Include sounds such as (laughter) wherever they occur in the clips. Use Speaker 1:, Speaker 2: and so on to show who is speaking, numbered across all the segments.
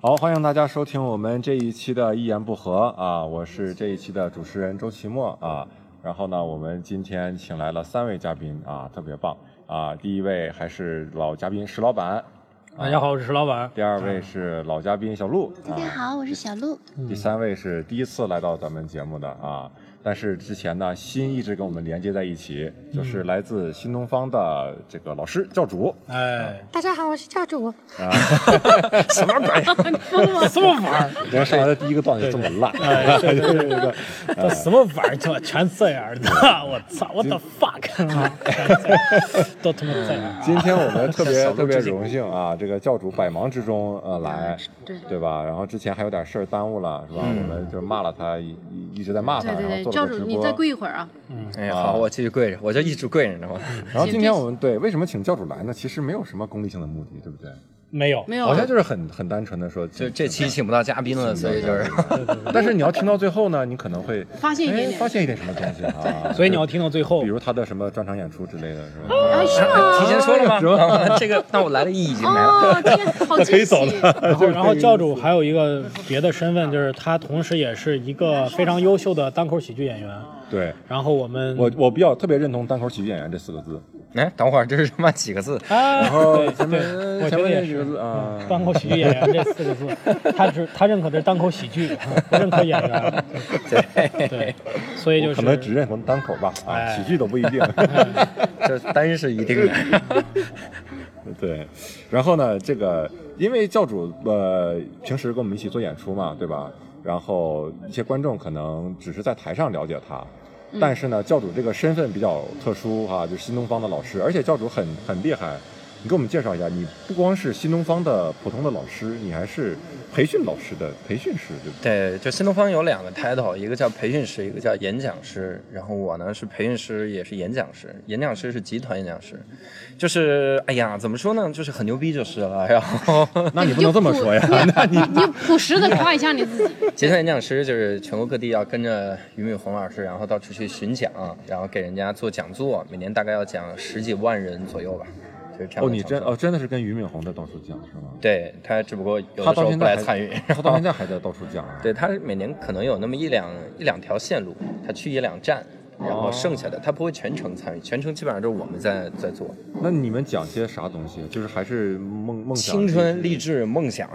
Speaker 1: 好，欢迎大家收听我们这一期的《一言不合》啊，我是这一期的主持人周奇墨啊。然后呢，我们今天请来了三位嘉宾啊，特别棒啊。第一位还是老嘉宾石老板，
Speaker 2: 大家好，我是石老板。
Speaker 1: 第二位是老嘉宾小鹿，啊
Speaker 3: 大家好，我是小鹿。
Speaker 2: 嗯
Speaker 1: 第三位是第一次来到咱们节目的啊，但是之前呢，心一直跟我们连接在一起，就是
Speaker 2: 嗯
Speaker 1: 来自新东方的这个老师教主
Speaker 2: 哎，
Speaker 4: 大家好，我是教主。
Speaker 1: 啊，什么鬼？
Speaker 2: 什么玩意儿？
Speaker 1: 人家上来的第一个段子就这么烂，
Speaker 2: 哎，对对对对，这什么玩意儿？这全这样的， (laughs) 我操，what the fuck，都他妈这样。
Speaker 1: (laughs) 今天我们特别特别荣幸啊，这个教主百忙之中呃来，
Speaker 3: 嗯对
Speaker 1: 对吧？然后之前还有点事儿耽误了，是吧？
Speaker 2: 嗯
Speaker 1: 我们就骂了他，一一一直在骂他，哎
Speaker 3: 对
Speaker 1: 然
Speaker 3: 对
Speaker 1: 后
Speaker 3: 对，
Speaker 1: 做
Speaker 3: 教
Speaker 1: 了个直
Speaker 3: 主
Speaker 1: 播。
Speaker 3: 你再跪一会儿啊！
Speaker 5: 哎，好，我继续跪着，我就一直跪着，你知道吗？
Speaker 1: 然后今天我们对为什么请教主来呢？其实没有什么功利性的目的，对不对？
Speaker 2: 没有，
Speaker 3: 没有
Speaker 1: 好像就是很很单纯的说，
Speaker 5: 就这期请不到嘉宾了，所以就是
Speaker 1: 但是你要听到最后呢，你可能会
Speaker 3: 发现一点
Speaker 1: 哎
Speaker 3: 点
Speaker 1: 发现一点什么东西
Speaker 3: (laughs)
Speaker 1: 啊。
Speaker 2: 所以你要听到最后
Speaker 1: 比。如他的什么专场演出之类的，是吧？
Speaker 3: 哦哎
Speaker 1: (laughs)
Speaker 3: 嗯
Speaker 5: (laughs) 提前说了吗？啊这个，那我来的意义已经
Speaker 1: 哎
Speaker 5: 没了。
Speaker 1: (laughs)
Speaker 3: 哦，天，好惊喜！ (laughs)
Speaker 2: 然后，然后教主还有一个别的身份，就是他同时也是一个非常优秀的单口喜剧演员。
Speaker 1: 对
Speaker 2: 然后我们，
Speaker 1: 我我比较特别认同单口喜剧演员这四个字。
Speaker 5: 哎，等会儿这是他妈几个字？
Speaker 2: 然
Speaker 1: 哦，
Speaker 2: 对
Speaker 1: 前面
Speaker 2: 哎对，我
Speaker 1: 前
Speaker 2: 觉得
Speaker 1: 面
Speaker 2: 也
Speaker 1: 那几
Speaker 2: 是嗯
Speaker 1: 个字啊，
Speaker 2: 单口喜剧演员这四个字，他只他认可的是单口喜剧， (laughs) 不认可演员。对对，所以就
Speaker 1: 我
Speaker 2: 是
Speaker 1: 可能只认同单口吧，啊，
Speaker 2: 哎
Speaker 1: 喜剧都不一
Speaker 2: (laughs)
Speaker 1: 定。
Speaker 5: 这单是一定的。
Speaker 1: 对，然后呢，这个因为教主呃平时跟我们一起做演出嘛，对吧？然后一些观众可能只是在台上了解他，但是呢，教主这个身份比较特殊哈、就是新东方的老师，而且教主很很厉害。你给我们介绍一下，你不光是新东方的普通的老师，你还是培训老师的培训师，对不对？
Speaker 5: 对，就新东方有两个 title，一个叫培训师，一个叫演讲师。然后我呢是培训师，也是演讲师。演讲师是集团演讲师，就是哎呀，怎么说呢，就是很牛逼就是了。然后
Speaker 1: 那你不能这么说呀， (laughs) 那你
Speaker 3: 你朴实的夸一下你自己。
Speaker 5: 集团演讲师就是全国各地要跟着俞敏洪老师，然后到处去巡讲，然后给人家做讲座，每年大概要讲十几万人左右吧，就是这样的讲座。
Speaker 1: 哦，你真哦真的是跟俞敏洪在到处讲是吗？
Speaker 5: 对他，只不过有
Speaker 1: 他
Speaker 5: 的时
Speaker 1: 到
Speaker 5: 候
Speaker 1: 现
Speaker 5: 不
Speaker 1: 在
Speaker 5: 来
Speaker 1: 还
Speaker 5: 参与。
Speaker 1: 他到现
Speaker 5: (laughs)
Speaker 1: 在还在到处讲啊。
Speaker 5: 对，他每年可能有那么一两一两条线路，他去一两站，然
Speaker 1: 哦
Speaker 5: 后剩下的他不会全程参与，全程基本上都是我们在在做。
Speaker 1: 那你们讲些啥东西？就是还是梦梦想、
Speaker 5: 青春、励志、梦想、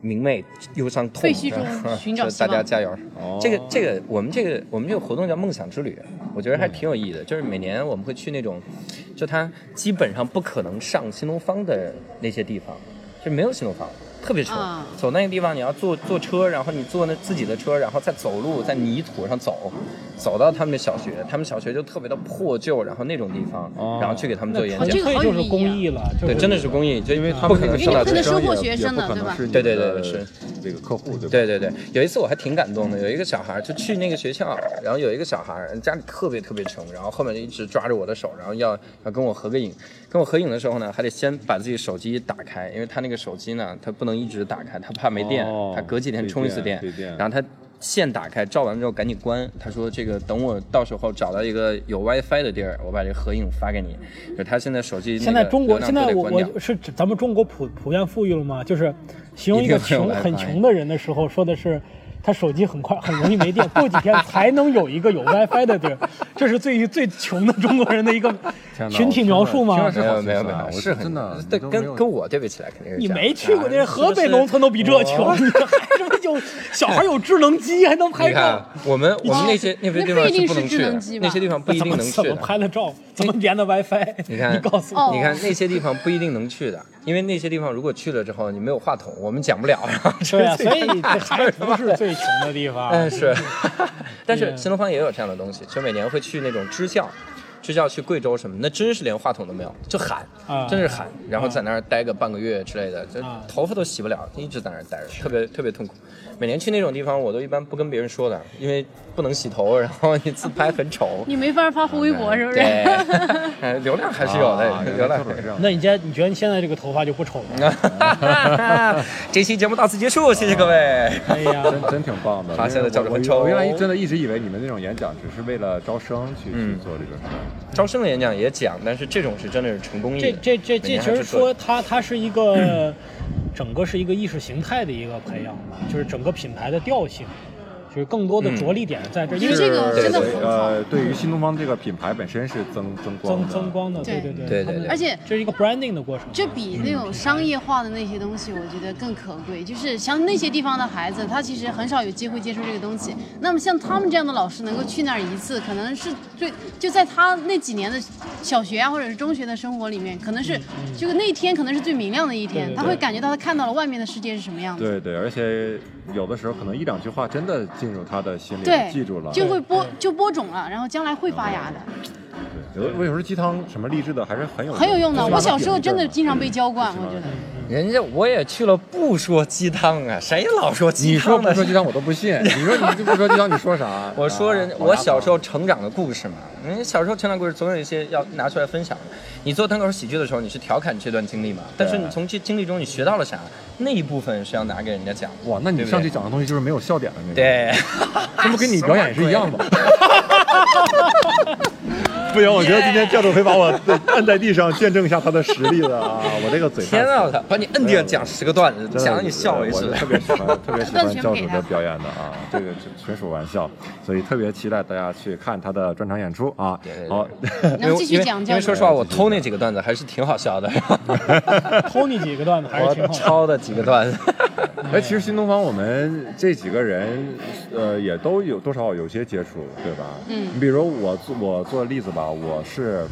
Speaker 5: 明媚、忧伤、痛
Speaker 3: 废墟
Speaker 5: (laughs)
Speaker 3: 中寻找
Speaker 5: 就
Speaker 3: 希
Speaker 5: 大家
Speaker 3: 望
Speaker 5: 加油！
Speaker 1: 哦
Speaker 5: 这个这个，我们这个我们这个活动叫梦想之旅，我觉得还挺有意义的。就是每年我们会去那种，就它基本上不可能上新东方的那些地方，就没有新东方。特别丑
Speaker 3: 啊，
Speaker 5: 走那个地方你要坐坐车，然后你坐那自己的车，然后再走路，在泥土上走，走到他们的小学，他们小学就特别的破旧，然后那种地方，
Speaker 1: 哦
Speaker 5: 然后去给他们做演
Speaker 3: 哦
Speaker 5: 讲
Speaker 3: 这，个好有
Speaker 2: 就是
Speaker 3: 意义啊
Speaker 2: 公益了，就
Speaker 5: 对，真的是公益，就因
Speaker 1: 因为他
Speaker 5: 不
Speaker 1: 们
Speaker 5: 可能
Speaker 1: 是
Speaker 5: 上到
Speaker 3: 因为不能
Speaker 5: 最
Speaker 3: 收
Speaker 1: 生
Speaker 3: 获
Speaker 1: 也
Speaker 3: 学
Speaker 1: 也
Speaker 3: 生
Speaker 1: 不
Speaker 3: 的
Speaker 1: 可
Speaker 3: 对
Speaker 1: 能
Speaker 3: 吧
Speaker 1: 是你
Speaker 5: 对对
Speaker 1: 的
Speaker 5: 对是
Speaker 1: 这个客户对吧？
Speaker 5: 对对对，有一次我还挺感动的，有一个小孩儿就去那个学校，然后有一个小孩儿家里特别特别穷，然后后面就一直抓着我的手，然后要要跟我合个影。跟我合影的时候呢，还得先把自己手机打开，因为他那个手机呢，他不能一直打开，他怕没电，
Speaker 1: 哦
Speaker 5: 他隔几天充一次
Speaker 1: 没电没电
Speaker 5: 然后他。线打开，照完之后赶紧关。他说：“这个等我到时候找到一个有 WiFi 的地儿，我把这个合影发给你。”就他现在手机那个
Speaker 2: 现在中国
Speaker 5: 流
Speaker 2: 现
Speaker 5: 量都
Speaker 2: 在
Speaker 5: 得
Speaker 2: 我
Speaker 5: 关掉
Speaker 2: 我是指咱们中国普普遍富裕了吗？就是形容一个
Speaker 5: 一定会有
Speaker 2: 穷
Speaker 5: 来
Speaker 2: 很
Speaker 5: 发
Speaker 2: 穷的人的时候，说的是他手机很快很 (laughs) 容易没电，过几天才能有一个有 WiFi 的地儿，这是最最穷的中国人的一个
Speaker 1: 天哪
Speaker 2: 群体描述
Speaker 1: 我
Speaker 2: 吗
Speaker 1: 听？着
Speaker 5: 没
Speaker 1: 听着是好心
Speaker 5: 有没有没
Speaker 1: 酸啊
Speaker 5: 有，
Speaker 1: 我
Speaker 5: 是
Speaker 1: 真的
Speaker 5: 对，
Speaker 1: 你都没有
Speaker 5: 跟跟我对比起来肯定是
Speaker 2: 你
Speaker 5: 这样
Speaker 2: 没去过
Speaker 5: 啊
Speaker 2: 那河北
Speaker 5: 是
Speaker 2: 农村都比这穷，你还什么有小孩有智能机还能拍
Speaker 5: 你
Speaker 2: 照
Speaker 5: 看？，我们我们那些那些地方
Speaker 3: 那不一定
Speaker 5: 不能
Speaker 3: 是
Speaker 5: 去
Speaker 3: 智
Speaker 5: 的
Speaker 3: 能机，吧
Speaker 5: 那些地方不一
Speaker 2: 怎
Speaker 5: 定
Speaker 2: 么
Speaker 5: 能去
Speaker 2: 怎么
Speaker 5: 的。
Speaker 2: 拍的照？怎么连的 WiFi？
Speaker 5: 你看，
Speaker 2: 告诉
Speaker 3: 哦
Speaker 2: 我，
Speaker 5: 你看那些地方不一定能去的，因为那些地方如果去了之后，你没有话筒，我们讲不了。然后
Speaker 2: 对
Speaker 5: (laughs)
Speaker 2: 啊，
Speaker 5: 这
Speaker 2: 所以这还
Speaker 5: 还
Speaker 2: 不是最穷的地
Speaker 5: (laughs)
Speaker 2: 方。
Speaker 5: 嗯是，
Speaker 2: (laughs)
Speaker 5: 但是新东方也有这样的东西，就每年会去那种支教。支教去贵州什么，那真是连话筒都没有，就喊，
Speaker 2: 啊
Speaker 5: 真是喊，然后在那儿待个半个月之类的，就
Speaker 2: 啊
Speaker 5: 头发都洗不了，一直在那儿待着，特别特别痛苦。每年去那种地方，我都一般不跟别人说的，因为不能洗头，然后你自拍很丑，
Speaker 2: (laughs)
Speaker 3: 你没法发微
Speaker 1: (laughs)
Speaker 3: 博是不是？
Speaker 5: 对，哎流量还是有
Speaker 1: 啊
Speaker 5: 的，
Speaker 1: 原
Speaker 5: 流量
Speaker 1: 来。是这
Speaker 5: (laughs)
Speaker 1: 样
Speaker 2: 那你现在你觉得你现在这个头发就不丑了？
Speaker 5: (laughs)
Speaker 2: (laughs)
Speaker 5: 这期节目到此结束，谢谢各位。
Speaker 2: 哎
Speaker 5: (laughs)
Speaker 2: 呀，
Speaker 1: 真真挺棒的。
Speaker 5: 发现了
Speaker 1: 因为
Speaker 5: 教
Speaker 1: 我
Speaker 5: 主
Speaker 1: 我
Speaker 5: 很丑
Speaker 1: 我原来真的一直以为你们那种演讲只是为了招生去去
Speaker 5: 嗯
Speaker 1: 做这个事儿。
Speaker 5: 招生的演讲也讲，但是这种是真的是纯公益
Speaker 2: 这
Speaker 5: 的。
Speaker 2: 这这
Speaker 5: 每
Speaker 2: 这
Speaker 5: 年
Speaker 2: 其
Speaker 5: 还
Speaker 2: 实
Speaker 5: 是做
Speaker 2: 说它它是一个整个是一个意识形态的一个培养吧，就是整个品牌的调性，就是更多的
Speaker 5: 嗯
Speaker 2: 着力点在这，因为
Speaker 3: 这个
Speaker 1: 是
Speaker 3: 真的
Speaker 1: 对
Speaker 3: 很好
Speaker 1: 呃，对于新东方这个品牌本身是增增光
Speaker 2: 增
Speaker 1: 的
Speaker 2: 增光的，对
Speaker 3: 对
Speaker 2: 对
Speaker 5: 对
Speaker 2: 他们
Speaker 5: 对
Speaker 3: 而且
Speaker 2: 这是一个 branding 的过程，
Speaker 3: 这比那种商业化的那些东西，我觉得更可贵。就是像那些地方的孩子，他其实很少有机会接触这个东西。那么像他们这样的老师，能够去那儿一次，可能是最就在他那几年的小学啊，或者是中学的生活里面，可能是就那一天可能是最明亮的一天，
Speaker 2: 对
Speaker 3: 他会感觉到他看到了外面的世界是什么样子。
Speaker 1: 对对，而且有的时候可能一两句话真的进入他的心里，
Speaker 3: 对，
Speaker 1: 记住了。
Speaker 3: 就会播
Speaker 2: 对
Speaker 3: 就播种了，然后将来会发芽的，
Speaker 1: 对有的我有时候鸡汤什么励志的还是很有
Speaker 3: 很有用的。
Speaker 1: 至少
Speaker 3: 我小时候
Speaker 1: 有一阵
Speaker 3: 真
Speaker 1: 儿
Speaker 3: 的
Speaker 1: 嘛
Speaker 3: 经常被浇灌，我觉得。
Speaker 5: 人家我也去了，不说鸡汤啊，谁老说鸡
Speaker 1: 你说
Speaker 5: 汤
Speaker 1: 不
Speaker 5: 的？？
Speaker 1: 说鸡汤我都不信，你说你就不说鸡汤，你说啥 (laughs)
Speaker 5: 我说人，
Speaker 1: 啊
Speaker 5: 我小时候成长的故事嘛，你小时候成长故事总有一些要拿出来分享的。你做单口喜剧的时候，你是调侃这段经历嘛？但是你从这经历中你学到了啥？那一部分是要拿给人家讲的。
Speaker 1: 哇，那
Speaker 5: 对
Speaker 1: 你
Speaker 5: 不
Speaker 1: 上去
Speaker 5: 对
Speaker 1: 讲的东西就是没有笑点的那个，
Speaker 5: 对，
Speaker 1: (laughs) 这不跟你表演也是一样的吗？ (laughs) 不行，我觉得今天教主可以把我按在地上，见证一下他的实力了啊！我这个嘴
Speaker 5: 天
Speaker 1: 啊
Speaker 5: 啊，
Speaker 1: (laughs)
Speaker 5: 我，操把你摁地上讲十个段子，
Speaker 1: 真的
Speaker 5: 讲得你笑为
Speaker 1: 我是
Speaker 5: 止。
Speaker 1: 特别喜欢，特别
Speaker 3: (laughs)
Speaker 1: 喜欢教主
Speaker 3: 不要全部给他
Speaker 1: 的表演的啊，这个纯纯属玩笑，所以特别期待大家去看他的专场演出啊
Speaker 5: 对对。对
Speaker 1: 好，
Speaker 3: 然后继续讲
Speaker 5: 因为
Speaker 3: 教
Speaker 5: 嗯因为
Speaker 3: 育
Speaker 5: 说实话，我偷那几个段子还是挺好笑的，
Speaker 2: 偷你几个段子还是挺
Speaker 5: 我
Speaker 2: 好的。
Speaker 5: (laughs) 抄的几个段子。
Speaker 1: 哎，其实新东方我们这几个人，呃，也都有多少有些接触，对吧？
Speaker 3: 嗯
Speaker 1: 你比如我做我做例子吧，我是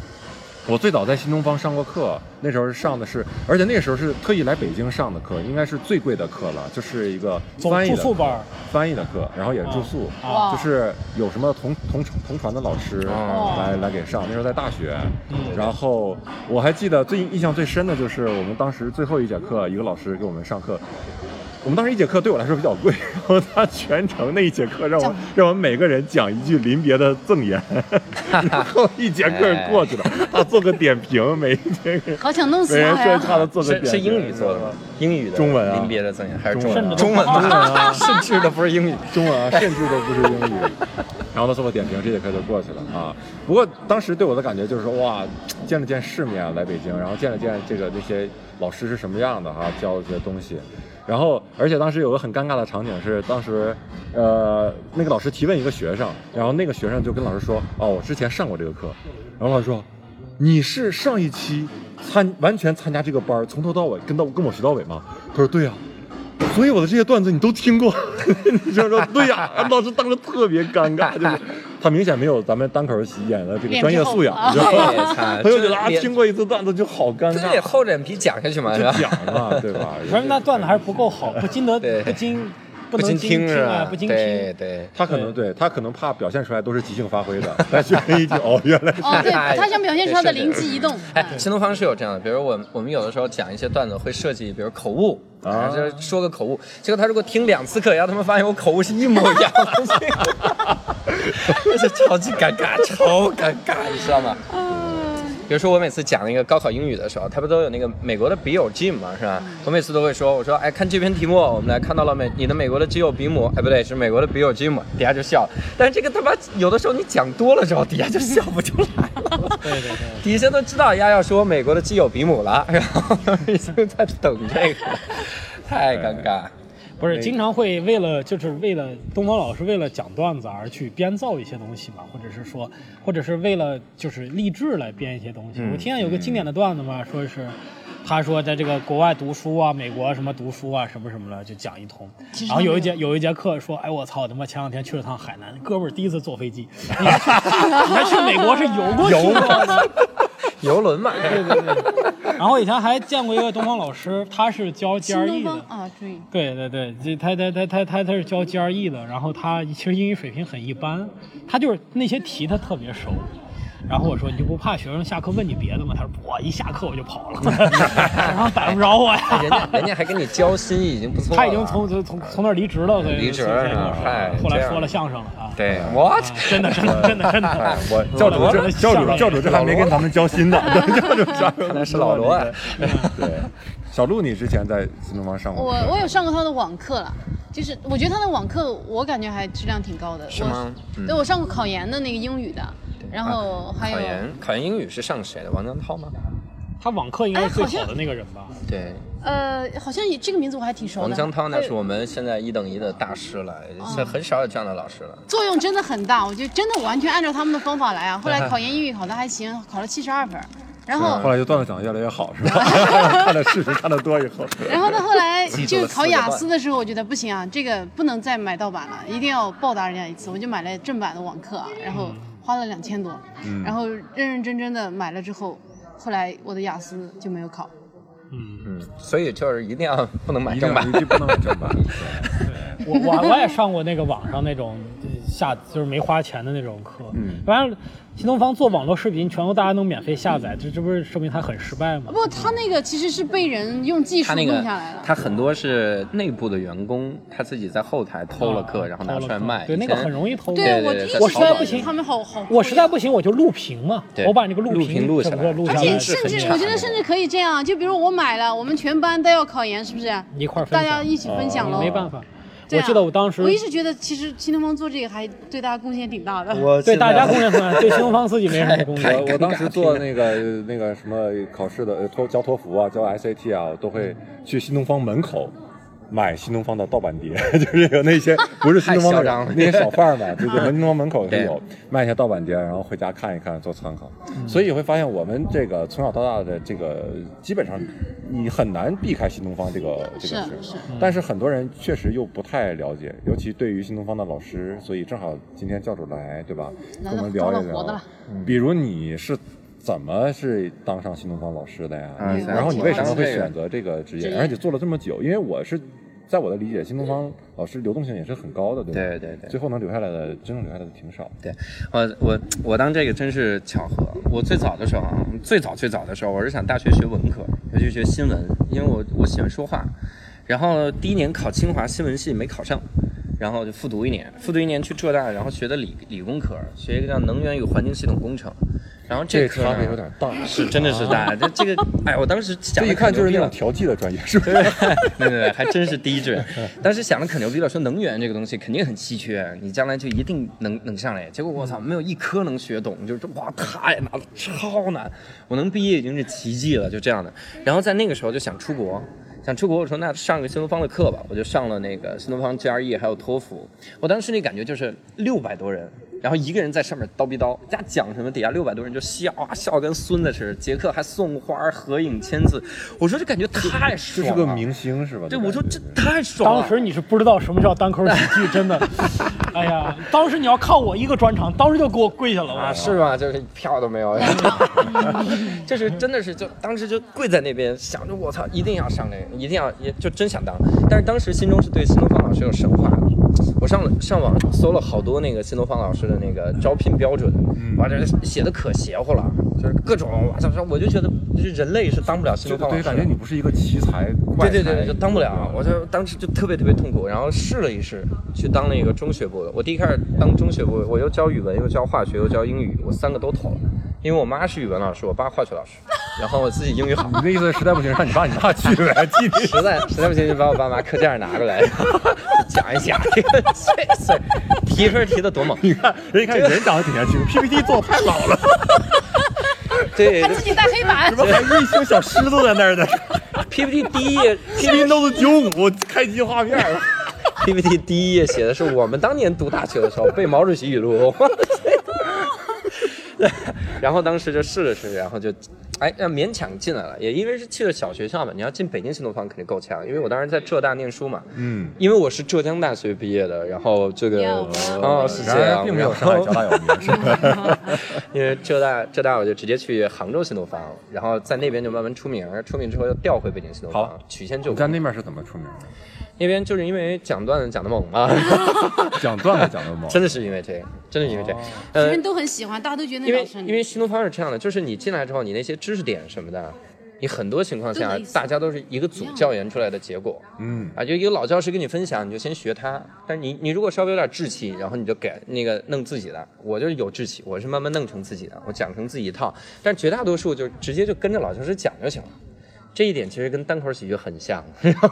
Speaker 1: 我最早在新东方上过课，那时候上的是，而且那时候是特意来北京上的课，应该是最贵的课了，就是一个
Speaker 2: 走
Speaker 1: 翻译
Speaker 2: 住
Speaker 1: 的
Speaker 2: 宿班儿
Speaker 1: 翻译的课，然后也是住宿，
Speaker 3: 哇
Speaker 1: 就是有什么同同同传的老师
Speaker 5: 哦
Speaker 1: 来来给上，那时候在大学
Speaker 2: 嗯，
Speaker 1: 然后我还记得最印象最深的就是我们当时最后一节课，一个老师给我们上课。我们当时一节课对我来说比较贵，然后他全程那一节课让我
Speaker 3: 讲
Speaker 1: 让我们每个人讲一句临别的赠
Speaker 5: (laughs)
Speaker 1: 言，然后一节课过去了，
Speaker 5: 哎
Speaker 1: 他做个点评，每一节课
Speaker 3: 好想弄死
Speaker 1: 每人
Speaker 3: 他
Speaker 1: 说一
Speaker 3: 呀
Speaker 1: 句！话，他做个点
Speaker 5: 是
Speaker 1: 评。
Speaker 5: 是英语做的吗？英语的
Speaker 1: 中文啊
Speaker 5: 临别的赠言还是
Speaker 1: 中文啊
Speaker 5: 中文
Speaker 1: 中文
Speaker 5: (laughs)
Speaker 1: 啊
Speaker 5: 甚至的不是英语。
Speaker 1: 中文啊，甚至都不是英语。 (laughs) 然后他做了点评，这节课就过去了啊。不过当时对我的感觉就是说，哇，见了见世面啊，来北京，然后见了见这个那些老师是什么样的哈、教一些东西。然后，而且当时有个很尴尬的场景是，当时，呃，那个老师提问一个学生，然后那个学生就跟老师说，哦，我之前上过这个课。然后老师说，你是上一期参完全参加这个班儿，从头到尾跟到跟我学到尾吗？他说对呀、啊所以我的这些段子你都听过， (laughs) 你就说对
Speaker 5: (laughs)
Speaker 1: 呀、当时当时特别尴尬，就是他明显没有咱们单口喜演的这个专业素养，你
Speaker 3: 脸皮
Speaker 1: 知道
Speaker 5: 厚
Speaker 1: (laughs) 吗？
Speaker 5: 啊
Speaker 1: 哎他就觉得啊，
Speaker 5: 这脸
Speaker 1: 听过一次段子就好尴
Speaker 5: 对，
Speaker 1: 尬，
Speaker 5: 厚着脸皮讲下去嘛，是
Speaker 1: 就
Speaker 5: 吧？
Speaker 1: 讲嘛， (laughs) 对吧？
Speaker 2: 反正那段子还是不够好，不经得
Speaker 5: 对
Speaker 2: 不经不
Speaker 5: 不
Speaker 2: 能
Speaker 5: 禁
Speaker 2: 经
Speaker 5: 听是
Speaker 2: 啊，
Speaker 5: 吧？
Speaker 2: 不经
Speaker 5: 对
Speaker 2: 听。
Speaker 5: 对。
Speaker 1: 他可能对他可能怕表现出来都是即兴发挥的，但学生一听哦，
Speaker 5: (laughs)
Speaker 1: 原来 (laughs) 是
Speaker 3: 哦，对，他想表现出他的灵机一动。
Speaker 5: 哎，
Speaker 3: 嗯
Speaker 5: 新东方是有这样的，比如我们我们有的时候讲一些段子会设计，比如口误
Speaker 1: 啊
Speaker 5: 就是说个口误，结果他如果听两次课，然后他们发现我口误是一模一样的， (laughs) 而且超级尴尬，超尴尬，你知道吗？比如说我每次讲那个高考英语的时候，他不都有那个美国的笔友 Jim 嘛，是吧？我每次都会说，我说哎，看这篇题目，我们来看到了美你的美国的基友比姆，哎不对，是美国的笔友 Jim，底下就笑了。但是这个他妈有的时候你讲多了之后，底下就笑不出来了。
Speaker 2: 对对对，
Speaker 5: 底下都知道丫要说美国的基友比姆了， (laughs) 然后已经在等这个，
Speaker 2: (laughs)
Speaker 5: 太尴尬。
Speaker 2: 不是经常会为了就是为了东方老师为了讲段子而去编造一些东西嘛，或者是说，或者是为了就是励志来编一些东西。我听见有个经典的段子嘛，说是。他说，在这个国外读书啊，美国什么读书啊，什么什么的，就讲一通。
Speaker 3: 其实
Speaker 2: 然后有一
Speaker 3: 他
Speaker 2: 节
Speaker 3: 没
Speaker 2: 有一节课说，哎，我操，我他妈前两天去了趟海南，哥们儿第一次坐飞机，你还去你还去美国是游过去吗？
Speaker 5: (laughs) 游轮嘛，对对对，
Speaker 2: 然后以前还见过一个东方老师，他是教
Speaker 3: 新东
Speaker 2: GRE
Speaker 3: 方
Speaker 2: 的，
Speaker 3: 啊，对，
Speaker 2: 对对对，这他他他他他他是教 GRE 的，然后他其实英语水平很一般，他就是那些题他特别熟。然后我说你就不怕学生下课问你别的吗？他说我一下课我就跑了，然后逮不着我
Speaker 5: 人
Speaker 2: 呀。
Speaker 5: 家人家还跟你交心，已经不错了。
Speaker 2: 他已经从从从从那儿离职了，所以
Speaker 5: 离
Speaker 2: 所
Speaker 5: 职
Speaker 2: 以
Speaker 5: 了
Speaker 2: 才跟我说
Speaker 5: 哎
Speaker 2: 后
Speaker 5: 这
Speaker 2: 来
Speaker 5: 样
Speaker 2: 说了相声了啊。
Speaker 5: 对 what
Speaker 2: 啊真的真的真的真的，
Speaker 1: 我教主这教主教主这还没跟咱们交
Speaker 2: (laughs)
Speaker 1: 心呢，教主
Speaker 5: 看
Speaker 1: 这
Speaker 5: 来是老罗啊。
Speaker 1: 对，小鹿，你之前在新东方上过
Speaker 3: 我
Speaker 1: 吗？
Speaker 3: 我有上过他的网课了，就是我觉得他的网课我感觉还质量挺高的。
Speaker 5: 是吗嗯
Speaker 3: 我对我上过考研的那个英语的，然后还有
Speaker 5: 啊考研
Speaker 2: 嗯
Speaker 5: 考研英语是上谁的？王江涛吗？
Speaker 2: 他网课应该是最好的那个人吧？
Speaker 5: 对，
Speaker 3: 呃，好像也这个名字我还挺熟的。
Speaker 5: 王江涛那
Speaker 3: 还有
Speaker 5: 是我们现在一等一的大师了，
Speaker 2: 哦
Speaker 5: 现在很少有这样的老师了。
Speaker 3: 作用真的很大，我觉得真的完全按照他们的方法来啊。后来考研英语考的还行，考了七十二分儿，然后
Speaker 1: 后来就段子讲得越来越好，是吧？ (laughs) 看的视频看的多以后，
Speaker 2: (laughs)
Speaker 3: 然后到后来
Speaker 5: 记住
Speaker 3: 就
Speaker 5: 了
Speaker 3: 考雅思的时候，我觉得不行啊，这个不能再买盗版了，一定要报答人家一次。我就买了正版的网课啊，然后
Speaker 2: 嗯
Speaker 3: 花了两千多，然后认认真真的买了之后，后来我的雅思就没有考。
Speaker 2: 嗯，
Speaker 5: 嗯，所以就是一定要不能买
Speaker 1: 一定
Speaker 5: 正
Speaker 1: 要
Speaker 5: 版
Speaker 1: 一。定不能买正
Speaker 5: (laughs)
Speaker 1: 版。对
Speaker 2: 我我我也上过那个网上那种呃下就是没花钱的那种课，
Speaker 1: 嗯，
Speaker 2: 反正新东方做网络视频，全国大家能免费下载，这这不是说明他很失败吗
Speaker 3: 不？过他那个其实是被人用技术
Speaker 5: 他那
Speaker 3: 弄
Speaker 5: 个
Speaker 3: 下来了，
Speaker 5: 他很多是内部的员工，他自己在后台偷了
Speaker 2: 啊
Speaker 5: 课，然后拿出来卖。
Speaker 2: 对，那个很容易偷的。
Speaker 5: 对
Speaker 3: 我
Speaker 5: 对
Speaker 3: 第一
Speaker 5: 在
Speaker 3: 次
Speaker 2: 淘宝
Speaker 3: 觉得
Speaker 2: 上
Speaker 3: 他们好啊好，
Speaker 2: 我实在不行，我就录屏嘛，
Speaker 5: 对
Speaker 2: 我把这个
Speaker 5: 录屏录下
Speaker 2: 整
Speaker 5: 来
Speaker 2: 个录下
Speaker 3: 而
Speaker 2: 来，
Speaker 3: 且
Speaker 5: 是
Speaker 3: 甚
Speaker 5: 很
Speaker 3: 至
Speaker 5: 差
Speaker 3: 我觉得甚至可以这样，就比如我买了，我们全班都要考研，是不是？
Speaker 2: 一块儿分
Speaker 3: 大
Speaker 2: 享哦
Speaker 3: 家一起分享喽。
Speaker 2: 没办法。
Speaker 3: 对啊
Speaker 2: 我记得我当时
Speaker 3: 我一直觉得其实新东方做这个还对大家贡献挺大的。
Speaker 5: 我
Speaker 2: 对大家贡
Speaker 5: (laughs)
Speaker 2: 献出来，对新东方自己没什么贡献。
Speaker 1: 我我当时做那个那个什么考试的呃托教托福啊，教 SAT 啊，我都会去新东方门口。买新东方的盗版碟， (laughs) 就是有那些不是新东方
Speaker 5: 太嚣张
Speaker 1: 的
Speaker 5: 了
Speaker 1: 那些小贩儿嘛，对
Speaker 5: (laughs)
Speaker 1: 对，新东方门口是
Speaker 5: 对
Speaker 1: 有卖一些盗版碟，然后回家看一看做参考。
Speaker 5: 嗯
Speaker 1: 所以你会发现，我们这个从小到大的这个，基本上你很难避开新东方这个这个事
Speaker 3: 是。是
Speaker 1: 但是很多人确实又不太了解，尤其对于新东方的老师，所以正好今天教主来，对吧？
Speaker 3: 来
Speaker 1: 跟我们
Speaker 3: 了
Speaker 1: 聊
Speaker 3: 找
Speaker 1: 一
Speaker 3: 到活的
Speaker 1: 聊
Speaker 3: 了。
Speaker 1: 嗯比如你是怎么是当上新东方老师的呀？
Speaker 5: 嗯
Speaker 1: 你
Speaker 5: 对
Speaker 1: 然后你为啥
Speaker 5: 我
Speaker 1: 会选择这个职
Speaker 3: 职
Speaker 1: 业？
Speaker 3: 业
Speaker 1: 而且做了这么久，因为我是在我的理解，新东方老师流动性也是很高的，对吧？
Speaker 5: 对对对
Speaker 1: 最后能留下来的，真正留下来的挺少。
Speaker 5: 对，我我我当这个真是巧合。我最早的时候啊，最早最早的时候，我是想大学学文科，我就学新闻，因为我我喜欢说话。然后第一年考清华新闻系没考上，然后就复读一年，复读一年去浙大，然后学的理理工科，学一个叫能源与环境系统工程。然后
Speaker 1: 这
Speaker 5: 科
Speaker 1: 差
Speaker 5: 呢
Speaker 1: 别有点大，
Speaker 5: 是真的是大，这这个哎，我当时讲
Speaker 1: 这
Speaker 5: 的
Speaker 1: 一看就是那
Speaker 5: 那
Speaker 1: 种调剂的专业，是不是？ (laughs)
Speaker 5: (laughs) 对对对，还真是第一志愿。 (laughs) 当时想的可牛逼了，说能源这个东西肯定很稀缺，你将来就一定能能上来。结果我操，没有一科能学懂，就是哇，太难了，超难。我能毕业已经是奇迹了，就这样的。然后在那个时候就想出国。想出国，我说那上个新东方的课吧，我就上了那个新东方 GRE 还有托福。我当时那感觉就是六百多人，然后一个人在上面叨逼叨，家讲什么，底下六百多人就笑啊笑，跟孙子似的。杰克还送花、合影、签字，我说这感觉太
Speaker 1: 这
Speaker 5: 爽
Speaker 1: 是
Speaker 5: 了。
Speaker 1: 个明星是吧？
Speaker 5: 对，
Speaker 1: 吧
Speaker 5: 我说这太爽了。
Speaker 2: 当时你是不知道什么叫单口喜剧，真
Speaker 5: (laughs)
Speaker 2: 的。哎呀，当时你要靠我一个专场，当时就给我跪下了。我
Speaker 5: 啊，是吗？就是票都没有， (laughs) 就是真的是就当时就跪在那边，想着我操，一定要上这个，一定要也就真想当。但是当时心中是对新东方老师有神话的，我上了上网搜了好多那个新东方老师的那个招聘标准，
Speaker 1: 嗯
Speaker 5: 哇，这写的可邪乎了，就是各种哇操，我就觉得就是人类是当不了新
Speaker 1: 就
Speaker 5: 东方
Speaker 1: 对，
Speaker 5: 老师的。
Speaker 1: 感觉你不是一个奇才，怪
Speaker 5: 对对
Speaker 1: 才
Speaker 5: 对，就当不了。我就当时就特别特别痛苦，然后试了一试，去当了一个中学部的。我第一开始当中学部，我又教语文，又教化学，又教英语，我三个都投了。因为我妈是语文老师，我爸化学老师，然后我自己英语好，
Speaker 1: 你的意思是实在不行让你爸你妈去呗， (laughs) 替你。
Speaker 5: 实在实在不行就把我爸妈课件儿拿过来， (laughs) 讲一讲 (laughs) 这个这这提分提的多猛，
Speaker 1: 你看，人家看人长得挺年轻，PPT 做的太老了，
Speaker 5: 对
Speaker 3: 他自己带黑板
Speaker 1: 怎，么还一群小狮子在那儿呢
Speaker 5: PPT 第一页
Speaker 1: ？PPT 都是九五开机画面了，
Speaker 5: PPT (laughs) 第一页写的是我们当年读大学的时候背毛主席语录，然后当时就试了试，然后就，哎，那勉强进来了，也因为是去了小学校嘛，你要进北京新东方肯定够呛，因为我当时在浙大念书嘛，
Speaker 1: 嗯，
Speaker 5: (laughs) 因为我是浙江大学毕业的，然后这个
Speaker 3: 呀
Speaker 5: 哦是这
Speaker 1: 然
Speaker 5: 样，
Speaker 1: 而并没有
Speaker 5: 然
Speaker 1: 上海
Speaker 5: 后
Speaker 1: 交大有 (laughs) 名，是吧？
Speaker 5: 因为浙大浙大我就直接去杭州新东方，然后在那边就慢慢出名，出名之后又调回北京新东方
Speaker 1: 好，
Speaker 5: 曲线救
Speaker 1: 你
Speaker 5: 国
Speaker 1: 在。那面是怎么出名的？
Speaker 5: 那边就是因为讲段子讲的猛嘛， (laughs)
Speaker 1: 讲段子讲的吗？
Speaker 5: 真的是因为这个，真的是因为
Speaker 1: 哦
Speaker 5: 这个，
Speaker 3: 别
Speaker 5: 呃
Speaker 3: 人，都很喜欢，大家都觉得那
Speaker 5: 因
Speaker 3: 老
Speaker 5: 为
Speaker 3: 师很
Speaker 5: 因为新东方是这样的，就是你进来之后，你那些知识点什么的，你很多情况
Speaker 3: 都
Speaker 5: 下
Speaker 3: 类似
Speaker 5: 大家都是一个组教研出来的结果
Speaker 1: 嗯，
Speaker 5: 啊，就一个老教师跟你分享，你就先学他，但是你你如果稍微有点志气，然后你就改那个弄自己的，我就是有志气，我是慢慢弄成自己的，我讲成自己一套，但是绝大多数就直接就跟着老教师讲就行了。这一点其实跟单口喜剧很像， (laughs) 然后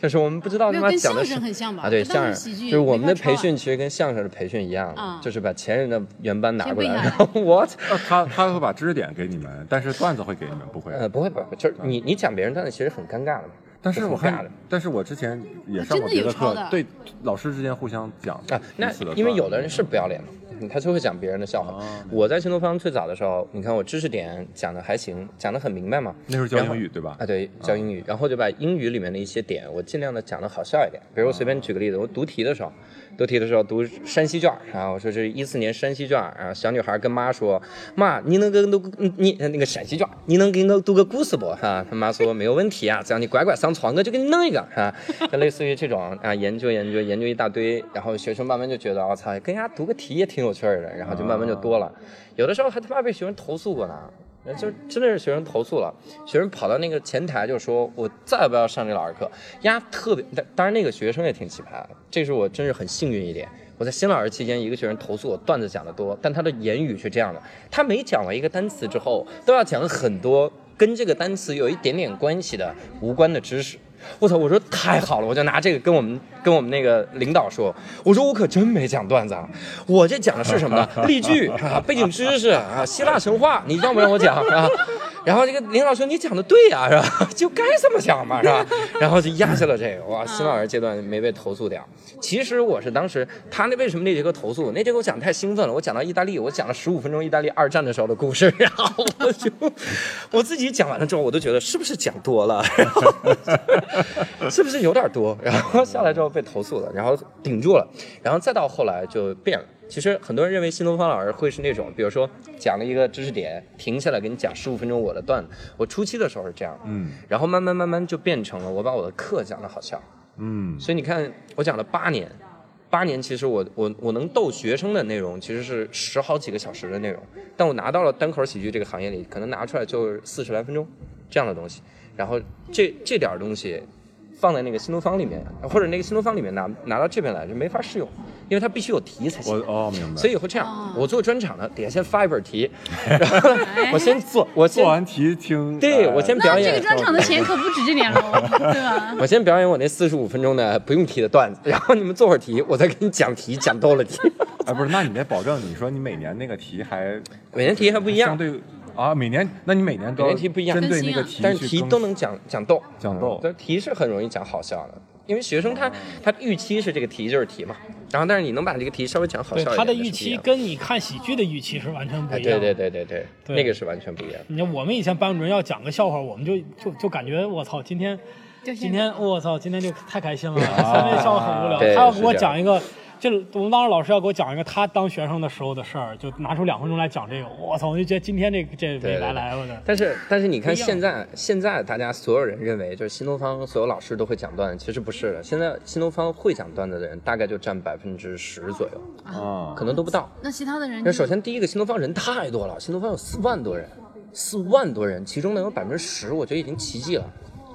Speaker 5: 就是我们不知道
Speaker 3: 没
Speaker 5: 他
Speaker 3: 有
Speaker 5: 妈
Speaker 3: 跟
Speaker 5: 讲的
Speaker 3: 相
Speaker 5: 是
Speaker 3: 声很像吧？
Speaker 5: 啊，对
Speaker 3: 跟当
Speaker 5: 相
Speaker 3: 时
Speaker 5: 声
Speaker 3: 喜剧
Speaker 5: 就是我们的
Speaker 3: 没法抄
Speaker 5: 培
Speaker 3: 啊
Speaker 5: 训，其实跟相声的培训一样，
Speaker 3: 啊
Speaker 5: 就是把前人的原班拿
Speaker 3: 先
Speaker 5: 过
Speaker 3: 背
Speaker 5: 来，
Speaker 3: 下
Speaker 5: 然
Speaker 3: 来
Speaker 5: 后
Speaker 1: (laughs)
Speaker 5: what？
Speaker 1: 那他他会把知识点给你们，但是段子会给你们，不会。
Speaker 5: 呃，不会不会，就是你你讲别人段子其实很尴尬的嘛。
Speaker 1: 但是我
Speaker 5: 很尬
Speaker 1: 看
Speaker 5: 的，
Speaker 1: 但是我之前也
Speaker 3: 啊
Speaker 1: 上过
Speaker 3: 真
Speaker 1: 别
Speaker 3: 的有
Speaker 1: 的
Speaker 3: 抄
Speaker 1: 课，
Speaker 3: 的
Speaker 1: 对老师之间互相讲
Speaker 5: 啊，那
Speaker 1: 彼此的
Speaker 5: 因为
Speaker 1: 段
Speaker 5: 有的
Speaker 1: 子
Speaker 5: 人是不要脸嘛，嗯他就会讲别人的笑话。
Speaker 1: 哦
Speaker 5: 我在新东方最早的时候，你看我知识点讲的还行，讲的很明白嘛。
Speaker 1: 那时候教
Speaker 5: 然后
Speaker 1: 英语对吧
Speaker 5: 啊，？对，教英语，然后就把英语里面的一些点，我尽量的讲的好笑一点。比如我随便举个例子，我读题的时候，读题的时候读山西卷儿啊，我说这一四年山西卷儿啊，小女孩跟妈说，妈，你能给读你那个陕西卷儿，你能给我读个故事不？哈、他妈说没有问题啊，只要你乖乖上床，我就给你弄一个啊。就类似于这种啊，研究研究研究一大堆，然后学生慢慢就觉得，我、操，跟人家读个题也挺有趣儿的，然后就慢慢就多了。有的时候还他妈被学生投诉过呢。就真的是学生投诉了，学生跑到那个前台就说：“我再也不要上这老师课。”呀，特别，但当然那个学生也挺奇葩的，这是我真是很幸运一点。我在新老师期间，一个学生投诉我段子讲的多，但他的言语是这样的：他每讲完一个单词之后，都要讲很多跟这个单词有一点点关系的无关的知识。我操！我说太好了，我就拿这个跟我们跟我们那个领导说，我说我可真没讲段子啊，我这讲的是什么呢？例句啊，背景知识啊，希腊神话，你让不让我讲啊？ (laughs) 然后这个领导说你讲的对呀、是吧？ (laughs) 就该这么讲嘛，是吧？然后就压下了这个，哇，新老师阶段没被投诉掉。其实我是当时他那为什么那节课投诉我？那节课我讲得太兴奋了，我讲到意大利，我讲了十五分钟意大利二战的时候的故事， (laughs) 然后我就我自己讲完了之后，我都觉得是不是讲多了， (laughs) 然后是不是有点多？ (laughs) 然后下来之后被投诉了，然后顶住了，然后再到后来就变了。其实很多人认为新东方老师会是那种，比如说讲了一个知识点，停下来给你讲十五分钟我的段子。我初期的时候是这样，
Speaker 1: 嗯
Speaker 5: 然后慢慢慢慢就变成了我把我的课讲的好笑。
Speaker 1: 嗯，
Speaker 5: 所以你看，我讲了八年，八年其实我我我能逗学生的内容其实是十好几个小时的内容，但我拿到了单口喜剧这个行业里，可能拿出来就是四十来分钟这样的东西。然后这这点儿东西放在那个新东方里面，或者那个新东方里面拿拿到这边来是没法适用，因为它必须有题才
Speaker 1: 我
Speaker 5: 行。
Speaker 1: 哦明白。
Speaker 5: 所以以后这样，我做专场呢，得先发一本
Speaker 3: (laughs)
Speaker 5: 题，然后呢我先做，我先
Speaker 1: 做完题听，
Speaker 5: 对
Speaker 1: 呃
Speaker 5: 我先表
Speaker 3: 那
Speaker 5: 演
Speaker 3: 这个专场的钱可不止这点喽，
Speaker 5: (laughs)
Speaker 3: 对
Speaker 2: (laughs)
Speaker 3: 吧？
Speaker 5: 我先表演我那四十五分钟的不用题的段子，然后你们做会儿题，我再给你讲题，讲多
Speaker 2: (laughs)
Speaker 5: 了题。
Speaker 1: 哎，不是，那你得保证，你说你每年那个题还
Speaker 5: 每年题还不一
Speaker 1: 相
Speaker 5: 样，
Speaker 1: 对啊，每年，那你每年都
Speaker 5: 每年题不一样
Speaker 1: 针对那个
Speaker 3: 更
Speaker 1: 题去
Speaker 5: 但
Speaker 1: 更
Speaker 5: 是
Speaker 1: 新，
Speaker 5: 题都能讲讲逗，
Speaker 1: 讲逗
Speaker 5: 嗯但题是很容易讲好笑的，因为学生
Speaker 2: 哦
Speaker 5: 他他预期是这个题就是题嘛，然后但是你能把这个题稍微讲好笑
Speaker 2: 对
Speaker 5: 一点，
Speaker 2: 他的
Speaker 5: 那是
Speaker 2: 预
Speaker 5: 不一
Speaker 2: 期
Speaker 5: 样的
Speaker 2: 跟你看喜剧的预期是完全不
Speaker 5: 哎
Speaker 2: 一样
Speaker 5: 对
Speaker 2: 的。
Speaker 5: 对对对对，
Speaker 2: 对
Speaker 5: 那个是完全不一样。
Speaker 2: 你看，我们以前班主任要讲个笑话，我们就就就感觉我操，今天
Speaker 3: 就是
Speaker 2: 今天我操，今天就太开心了，三位笑话很无聊。
Speaker 5: 啊对
Speaker 2: 他要给
Speaker 5: 是
Speaker 2: 我
Speaker 5: 这样
Speaker 2: 讲一个，这我们当时老师要给我讲一个他当学生的时候的事儿，就拿出两分钟来讲这个，我操，我就觉得今天这这
Speaker 5: 对
Speaker 2: 没
Speaker 5: 对
Speaker 2: 白
Speaker 5: 对
Speaker 2: 来我的。
Speaker 5: 但是但是你看
Speaker 2: 不一样
Speaker 5: 现在现在大家所有人认为就是新东方所有老师都会讲段子，其实不是的。现在新东方会讲段子的人大概就占百分之十左右，
Speaker 2: 哦
Speaker 1: 啊
Speaker 5: 可能都不到。
Speaker 3: 那其他的人
Speaker 5: 那首先第一个，新东方人太多了，新东方有四万多人，四万多人，其中能有百分之十，我觉得已经奇迹了。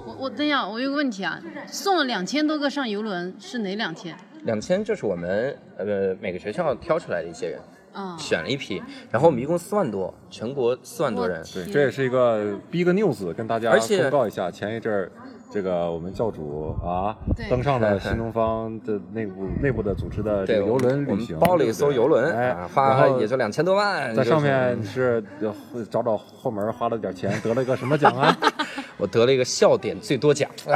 Speaker 3: 我我等一下，我有个问题啊，送了两千多个上游轮是哪两千？
Speaker 5: 两千，这是我们呃每个学校挑出来的一些人，
Speaker 3: 啊，
Speaker 5: 选了一批，然后我们一共四万多，全国四万多人
Speaker 3: 我。
Speaker 1: 对，
Speaker 3: 天
Speaker 1: 这也是一个 big news，跟大家
Speaker 5: 而且
Speaker 1: 公告一下。前一阵儿，这个我们教主啊
Speaker 3: 对
Speaker 1: 登上了新东方的内部内部的组织的这
Speaker 5: 对，
Speaker 1: 个游轮
Speaker 5: 我
Speaker 1: 旅
Speaker 5: 们
Speaker 1: 行，
Speaker 5: 包了一艘游轮，
Speaker 1: 哎
Speaker 5: 啊，，
Speaker 1: 然
Speaker 5: 花
Speaker 1: 后
Speaker 5: 也就两千多万。
Speaker 1: 在
Speaker 5: 就是
Speaker 1: 上面是呃找找后门花了点钱，得了一个什么奖
Speaker 5: (laughs)
Speaker 1: 啊？
Speaker 5: 我得了一个笑点最多奖，
Speaker 1: 这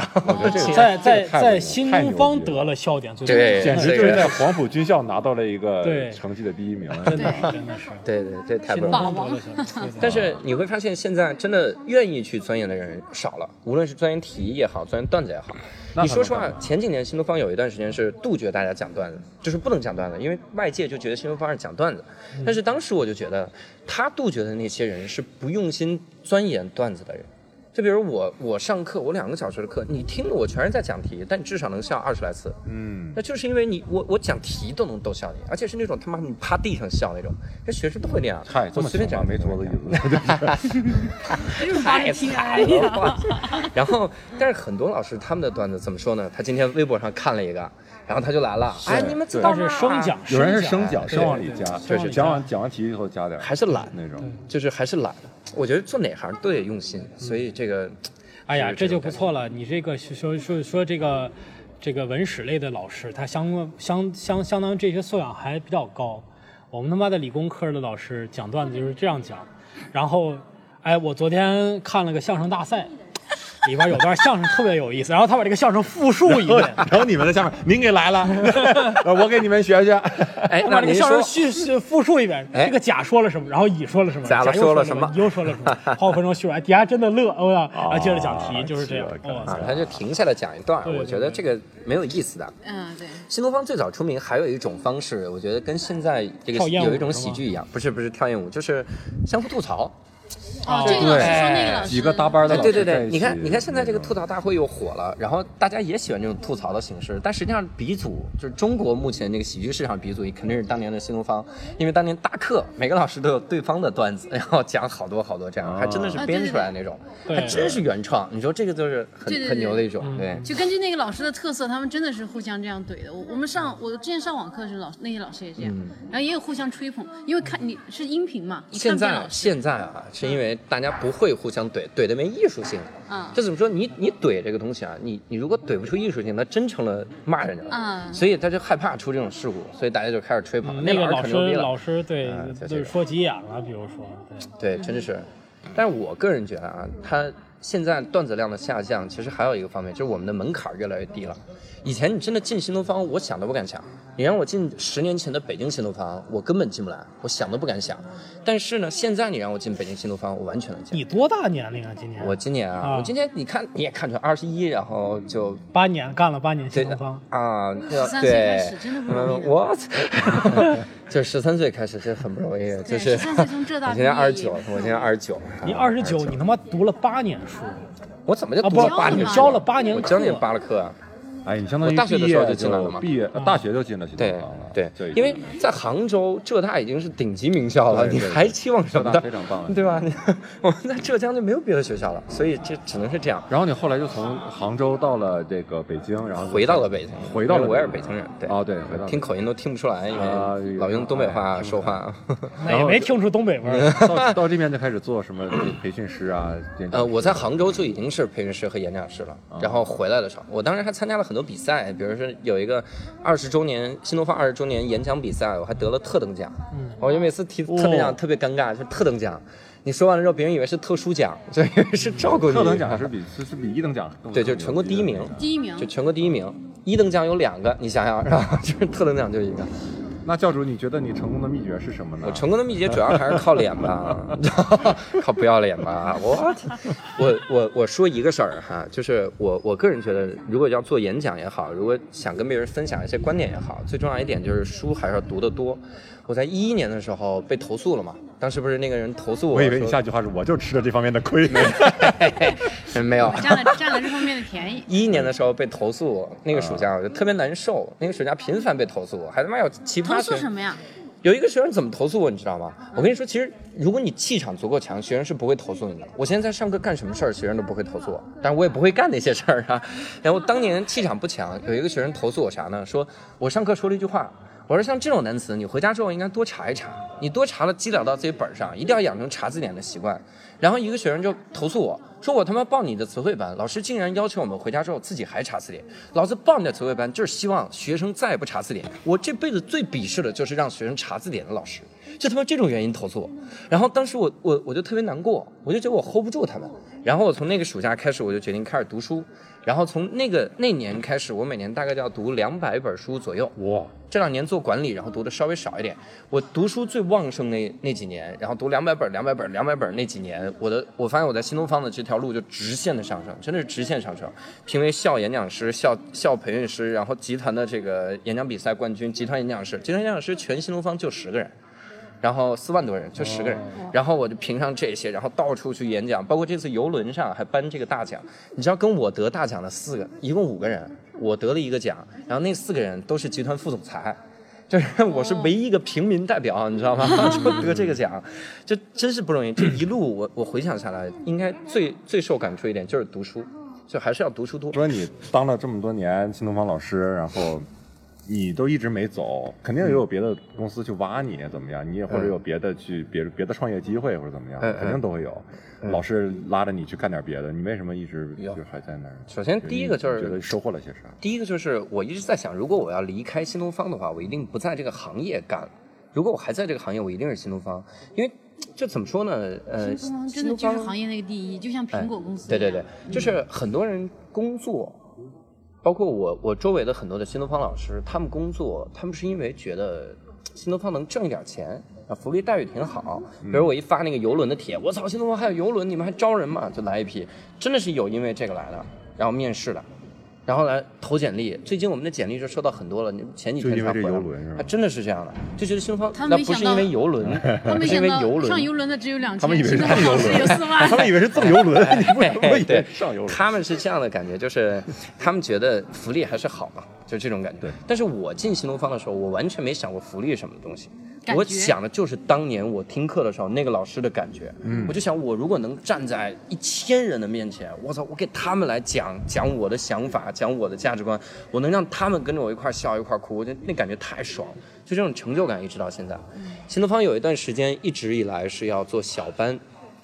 Speaker 1: 个
Speaker 2: 在
Speaker 1: 这
Speaker 2: 在
Speaker 1: 个太
Speaker 2: 在
Speaker 1: 牛
Speaker 2: 新
Speaker 1: 太牛
Speaker 2: 东方
Speaker 1: 逼了
Speaker 2: 得了笑点最多，
Speaker 5: 对
Speaker 1: 简
Speaker 2: 真
Speaker 1: 直
Speaker 5: 这
Speaker 1: 就是
Speaker 5: 个
Speaker 1: 在黄埔军校拿到了一个
Speaker 2: 对
Speaker 1: 成绩的第一名。
Speaker 2: 的是真的是，
Speaker 5: (laughs) 对对，这太
Speaker 2: 新
Speaker 5: 不容
Speaker 2: 东
Speaker 5: 易了。
Speaker 2: 方得了笑点最多。
Speaker 5: 但是你会发现，现在真的愿意去钻研的人少了，无论是钻研题也好，钻研段子也好。
Speaker 1: 那
Speaker 5: 你
Speaker 1: 很
Speaker 5: 说实话
Speaker 1: 麻，烦
Speaker 5: 前几年新东方有一段时间是杜绝大家讲段子，就是不能讲段子，因为外界就觉得新东方是讲段子。
Speaker 1: 嗯
Speaker 5: 但是当时我就觉得，他杜绝的那些人是不用心钻研段子的人。就比如我，我上课我两个小时的课，你听的我全是在讲题，但你至少能笑二十来次。
Speaker 1: 嗯，
Speaker 5: 那就是因为你我我讲题都能逗笑你，而且是那种他妈你趴地上笑那种，这学生都会那样。
Speaker 1: 嗨，这
Speaker 5: 我
Speaker 1: 么
Speaker 5: 随便
Speaker 1: 巧
Speaker 5: 讲
Speaker 1: 吧没桌子椅子，
Speaker 5: 啊 (laughs) 太惨了。然后，但是很多老师他们的段子怎么说呢？他今天微博上看了一个，然后他就来了，哎，你们知道
Speaker 2: 但
Speaker 5: 吗
Speaker 2: 是升奖，，
Speaker 1: 有人是升
Speaker 2: 升
Speaker 1: 奖，
Speaker 2: 对
Speaker 1: 先往里
Speaker 2: 对
Speaker 1: 加，
Speaker 2: 对
Speaker 5: 确实
Speaker 1: 讲完讲完题以后加点儿，
Speaker 5: 还是懒
Speaker 1: 那种。
Speaker 5: 就是还是懒。我觉得做哪行都得用心，所以这个。
Speaker 2: 哎呀，
Speaker 5: 是
Speaker 2: 这
Speaker 5: 这
Speaker 2: 就
Speaker 5: 种
Speaker 2: 不错了。你这个说说说这个这个文史类的老师，他相相相相当于这些素养还比较高。我们他妈的理工科的老师讲段子就是这样讲，然后，哎，我昨天看了个相声大赛，里边有段相声特别有意思，然后他把这个相声复述一遍，
Speaker 1: 然后你们在下面，您给来了，我给你们学学。
Speaker 5: 哎，
Speaker 2: (laughs) 他
Speaker 5: 那
Speaker 2: 把这个
Speaker 5: 您
Speaker 2: 相
Speaker 5: 说
Speaker 2: 声叙叙复述一遍，
Speaker 5: 哎
Speaker 2: 这个甲说了什么，然后乙说了什么，
Speaker 5: 甲
Speaker 2: 甲
Speaker 5: 了
Speaker 2: 又说
Speaker 5: 说了
Speaker 2: 什
Speaker 5: 什
Speaker 2: 么
Speaker 5: 么，
Speaker 2: 乙又说了什么，好几分钟叙完，哎底下真的乐，我操，然后接着讲题，
Speaker 1: 啊
Speaker 2: 就是这样哦
Speaker 1: 是。的
Speaker 2: 哇
Speaker 5: 啊
Speaker 2: 塞，
Speaker 5: 他就停下来讲一段儿，
Speaker 2: 对
Speaker 5: 我
Speaker 2: 对
Speaker 5: 觉得
Speaker 2: 对
Speaker 5: 这个没有意思的。
Speaker 3: 嗯，对，
Speaker 5: 新东方最早出名还有一种方式，我觉得跟现在这个
Speaker 2: 跳艳舞
Speaker 5: 有一种
Speaker 2: 是吗
Speaker 5: 喜剧一样，不是不是跳艳舞，就是相互吐槽。
Speaker 3: 哦，这个老师说那个老师，
Speaker 1: 几个搭班的
Speaker 5: 哎，
Speaker 1: 老
Speaker 5: 对
Speaker 1: 师
Speaker 5: 对
Speaker 1: 在
Speaker 5: 对，
Speaker 1: 一
Speaker 5: 你看
Speaker 1: 起
Speaker 5: 你看现在这个
Speaker 1: 那
Speaker 5: 吐槽大会又火了，然后大家也喜欢这种吐槽的形式，但实际上鼻祖就是中国目前这个喜剧市场鼻祖，肯定是当年的新东方，因为当年大课每个老师都有对方的段子，然后讲好多好多这样，还真的是
Speaker 3: 啊对
Speaker 5: 编
Speaker 3: 对
Speaker 5: 出来那种，
Speaker 2: 对
Speaker 5: 还真是原创。你说这个就是很
Speaker 3: 对对对嗯
Speaker 5: 很牛的一种，对。
Speaker 3: 就根据那个老师的特色，他们真的是互相这样怼的。我我们上我之前上网课的时候，老师那些老师也这样，
Speaker 5: 嗯
Speaker 3: 然后也有互相吹捧，因为看你是音频嘛，你看
Speaker 5: 现
Speaker 3: 不见
Speaker 5: 在
Speaker 3: 老师，
Speaker 5: 现在啊，是因为大家不会互相怼，怼的没艺术性。
Speaker 3: 嗯
Speaker 5: 就怎么说，你你怼这个东西啊，你你如果怼不出艺术性，那真成了骂人家了。
Speaker 3: 嗯
Speaker 5: 所以他就害怕出这种事故，所以大家就开始吹捧。
Speaker 2: 嗯那个
Speaker 5: 老
Speaker 2: 老
Speaker 5: 师可牛
Speaker 2: 师
Speaker 5: 逼了，
Speaker 2: 老师对
Speaker 5: 嗯就
Speaker 2: 就
Speaker 5: 这
Speaker 2: 是
Speaker 5: 个
Speaker 2: 说急眼了，比如说，对
Speaker 3: 嗯
Speaker 5: 对，真的是。但是我个人觉得啊，它现在段子量的下降，其实还有一个方面，就是我们的门槛儿越来越低了。以前你真的进新东方，我想都不敢想。你让我进十年前的北京新东方，我根本进不来，我想都不敢想。但是呢，现在你让我进北京新东方，我完全能进。
Speaker 2: 你多大年龄啊？今年
Speaker 5: 我今年啊，
Speaker 2: 啊
Speaker 5: 我今年你看你也看出来二十一，然后就
Speaker 2: 八年干了八年新
Speaker 5: 对
Speaker 2: 东方，
Speaker 5: 啊，对
Speaker 3: 13岁开
Speaker 5: 对
Speaker 3: 始，真的不容易
Speaker 5: 嗯，
Speaker 3: 的
Speaker 5: 我 (laughs) 就十三岁开始就很不容易，就
Speaker 3: 对
Speaker 5: 是
Speaker 3: 13岁从浙大
Speaker 5: (laughs) 我今年
Speaker 3: 毕业
Speaker 5: 二十九
Speaker 3: 也，不
Speaker 5: 我今年二十九，
Speaker 2: 你
Speaker 5: 啊
Speaker 2: 二十九，你他妈读了八年书，
Speaker 5: 我怎么就
Speaker 2: 啊
Speaker 5: 读了
Speaker 2: 不
Speaker 5: 八
Speaker 3: 你
Speaker 5: 年？
Speaker 2: 教了八年
Speaker 5: 我教
Speaker 2: 课
Speaker 5: 你八了课啊。
Speaker 1: 哎，你相当于
Speaker 5: 我大学的时候就进来了
Speaker 1: 了
Speaker 5: 嘛
Speaker 1: 毕业呃大学就进了新
Speaker 5: 对
Speaker 1: 东方了，
Speaker 5: 对
Speaker 2: 哦
Speaker 1: 就已，经
Speaker 5: 因为在杭州浙大已经是顶级名校了，
Speaker 1: 对
Speaker 5: 你
Speaker 1: 对对
Speaker 5: 还期望什么
Speaker 1: 浙大
Speaker 5: 的？
Speaker 1: 非常棒了
Speaker 5: (laughs) 对吧？你我们在浙江就没有别的学校了，所以这只能是这样。
Speaker 1: 然后你后来就从杭州到了这个北京，然后
Speaker 5: 回到了北京，
Speaker 1: 呃回到了
Speaker 5: 因为我也是
Speaker 1: 北
Speaker 5: 北
Speaker 1: 京
Speaker 5: 京人，对
Speaker 1: 哦对回到了
Speaker 5: 听口音都听不出来，因
Speaker 1: 啊
Speaker 5: 为老用东北话说话。
Speaker 1: (laughs)
Speaker 2: 那也
Speaker 1: 后
Speaker 2: 没听出东北味儿。
Speaker 5: 呃
Speaker 1: 到到这边就开始做什么培 (coughs) 训师啊，演讲
Speaker 5: 呃，我在杭州就已经是培训师和演讲师了，
Speaker 1: 啊
Speaker 5: 然后回来的时候，我当时还参加了很多比赛，比如说有一个二十周年新东方二十周年演讲比赛，我还得了特等奖。嗯，我就每次提特等
Speaker 2: 哦
Speaker 5: 奖特别尴尬，就是特等奖，你说完了之后，别人以为是特殊奖，就以为是照顾你。
Speaker 1: 嗯特等奖是比是是比一等奖更
Speaker 5: 对，就是全国第一名，
Speaker 3: 第一名
Speaker 5: 就全国第一名。一等奖有两个，你想想是吧？ (laughs) 就是特等奖就一个。
Speaker 1: 那教主，你觉得你成功的秘诀是什么呢？
Speaker 5: 我成功的秘诀主要还是靠
Speaker 1: (laughs)
Speaker 5: 脸吧，靠不要脸吧。我我我我说一个事儿哈，就是我我个人觉得，如果要做演讲也好，如果想跟别人分享一些观点也好，最重要一点就是书还是要读得多。我在一一年的时候被投诉了嘛，当时不是那个人投诉我
Speaker 1: 我
Speaker 5: 说，
Speaker 1: 以为你下句话是我就吃了这方面的亏， (laughs)
Speaker 5: 嗯没有，。
Speaker 3: 占了占了这方面的便宜
Speaker 5: 一一年的时候被投诉，那个
Speaker 1: 啊
Speaker 5: 暑假我就特别难受，那个暑假频繁被投诉，还他妈有奇葩
Speaker 3: 投
Speaker 5: 学
Speaker 3: 诉什么呀？
Speaker 5: 有一个学生怎么投诉我，你知道吗？我跟你说，其实如果你气场足够强，学生是不会投诉你的。我现在在上课干什么事儿，学生都不会投诉我，但是我也不会干那些事儿啊。 (laughs) 然后当年气场不强，有一个学生投诉我啥呢？说我上课说了一句话，我说像这种单词，你回家之后应该多查一查，你多查了积累到自己本儿上，一定要养成查字典的习惯。然后一个学生就投诉我说我他妈报你的词汇班，老师竟然要求我们回家之后自己还查字典，老子报你的词汇班就是希望学生再也不查字典。我这辈子最鄙视的就是让学生查字典的老师，就他妈这种原因投诉我。然后当时我我我就特别难过，我就觉得我 hold 不住他们。然后我从那个暑假开始，我就决定开始读书。然后从那个那年开始，我每年大概就要读两百本书左右。
Speaker 1: 哇，
Speaker 5: 这两年做管理，然后读的稍微少一点。我读书最旺盛那那几年，然后读两百本、两百本、两百本那几年，我的我发现我在新东方的这条路就直线的上升，真的是直线上升。评为校演讲师、校校培训师，然后集团的这个演讲比赛冠军，集团演讲师，集团演讲师全新东方就十个人。然后四万多人，就十个人，然后我就评上这些，然后到处去演讲，包括这次游轮上还颁这个大奖。你知道跟我得大奖的四个，一共五个人，我得了一个奖，然后那四个人都是集团副总裁。就是我是唯一一个平民代表，你知道吗？就得这个奖，就真是不容易。这一路我我回想下来，应该最最受感触一点就是读书，就还是要读书多。
Speaker 1: 说你当了这么多年新东方老师，然后你都一直没走，肯定也有别的公司去挖你，怎么样？你也或者有别的去别别的创业机会或者怎么样
Speaker 5: 嗯，嗯
Speaker 1: 肯定都会有。老是拉着你去干点别的，你为什么一直就还在那儿？
Speaker 5: 首先第一个就
Speaker 1: 你
Speaker 5: 是
Speaker 1: 觉得收获了些 (laughs) 啥？
Speaker 5: 第一个就是我一直在想，如果我要离开新东方的话，我一定不在这个行业干了。如果我还在这个行业，我一定是新东方，因为这怎么说呢？呃，
Speaker 3: 新东方真的就是行业那个第一，就像苹果公司一
Speaker 5: 对
Speaker 3: 样。
Speaker 5: 对对，就是很多人工作，包括我我周围的很多的新东方老师，他们工作，他们是因为觉得新东方能挣一点钱。啊，福利待遇挺好。
Speaker 1: 嗯
Speaker 5: 比如我一发那个游轮的帖，我操，新东方还有游轮，你们还招人吗？就来一批，真的是有因为这个来的，然后面试的，然后来投简历。最近我们的简历就收到很多了，你们前几
Speaker 1: 就
Speaker 5: 天
Speaker 1: 因为
Speaker 5: 才
Speaker 1: 这
Speaker 5: 回来
Speaker 1: 游
Speaker 5: 嘛，
Speaker 1: 轮是吧
Speaker 5: 还真的是这样的，就觉得新东
Speaker 3: 他
Speaker 5: 方
Speaker 3: 们
Speaker 5: 那
Speaker 3: 没
Speaker 5: 不是
Speaker 3: 想
Speaker 5: 因
Speaker 3: 到
Speaker 5: 为游轮，
Speaker 3: 他
Speaker 5: 不
Speaker 3: 没
Speaker 5: 是因
Speaker 3: 想
Speaker 5: 为
Speaker 3: 到
Speaker 5: 游轮，
Speaker 3: 上游轮的只有两千，
Speaker 1: 他们以为是上游
Speaker 3: 老师有
Speaker 1: 轮
Speaker 3: 四万
Speaker 1: 他。们以为是赠游轮， (laughs) 你为什么以
Speaker 5: 对
Speaker 1: 为是上游轮？
Speaker 5: 他们是这样的感觉，就是他们觉得福利还是好嘛，就这种感觉。
Speaker 1: 对
Speaker 5: 但是我进新东方的时候，我完全没想过福利是什么东西
Speaker 3: 感，觉
Speaker 5: 我想的就是当年我听课的时候那个老师的感觉。嗯，我就想，我如果能站在一千人的面前，我操，我给他们来讲讲我的想法，讲我的价值观，我能让他们跟着我一块儿笑一块儿哭，我觉得那感觉太爽了，就这种成就感一直到现在。
Speaker 3: 嗯
Speaker 5: 新东方有一段时间一直以来是要做小班，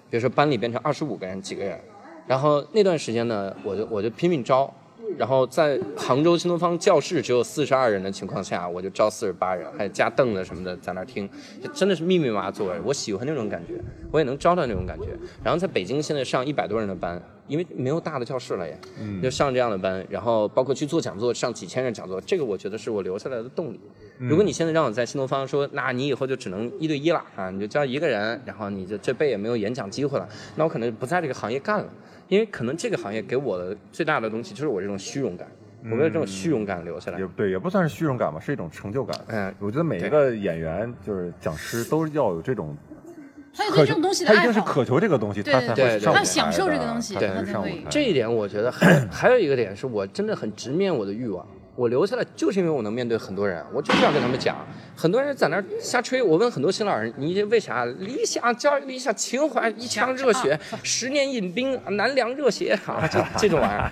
Speaker 5: 比如说班里变成二十五个人几个人，然后那段时间呢，我就我就拼命招，然后在杭州新东方教室只有四十二人的情况下，我就招四十八人，还加凳子什么的在那儿听，就真的是密密麻麻座位，我喜欢那种感觉，我也能招到那种感觉。然后在北京现在上一百多人的班，因为没有大的教室了也，就上这样的班，然后包括去做讲座，上几千人讲座，这个我觉得是我留下来的动力。如果你现在让我在新东方说，那你以后就只能一对一了啊，你就教一个人，然后你就这辈也没有演讲机会了，那我可能不在这个行业干了，因为可能这个行业给我的最大的东西就是我这种虚荣感，我为了这种虚荣感留下来
Speaker 1: 也。对，也不算是虚荣感吧，是一种成就感。
Speaker 5: 嗯
Speaker 1: 我觉得每一个演员就是讲师都要有这种
Speaker 3: 他有
Speaker 1: 渴求
Speaker 3: 对这种东西的
Speaker 1: 他一
Speaker 3: 爱
Speaker 1: 定是
Speaker 3: 好。
Speaker 1: 渴求这个东西，
Speaker 3: 对
Speaker 1: 他才
Speaker 3: 对
Speaker 1: 会
Speaker 5: 对
Speaker 1: 上舞台的
Speaker 5: 他
Speaker 3: 享受这个东西
Speaker 1: 他才
Speaker 3: 他
Speaker 1: 会
Speaker 3: 才
Speaker 1: 上舞
Speaker 3: 会
Speaker 1: 台。
Speaker 5: 这一点我觉得还 (clears throat) 还有一个点是我真的很直面我的欲望。我留下来就是因为我能面对很多人，我就是要跟他们讲。很多人在那儿瞎吹，我问很多新老人，你为啥理想教育、理想情怀、一腔热血，十年饮冰难凉热血啊，这这种玩意儿，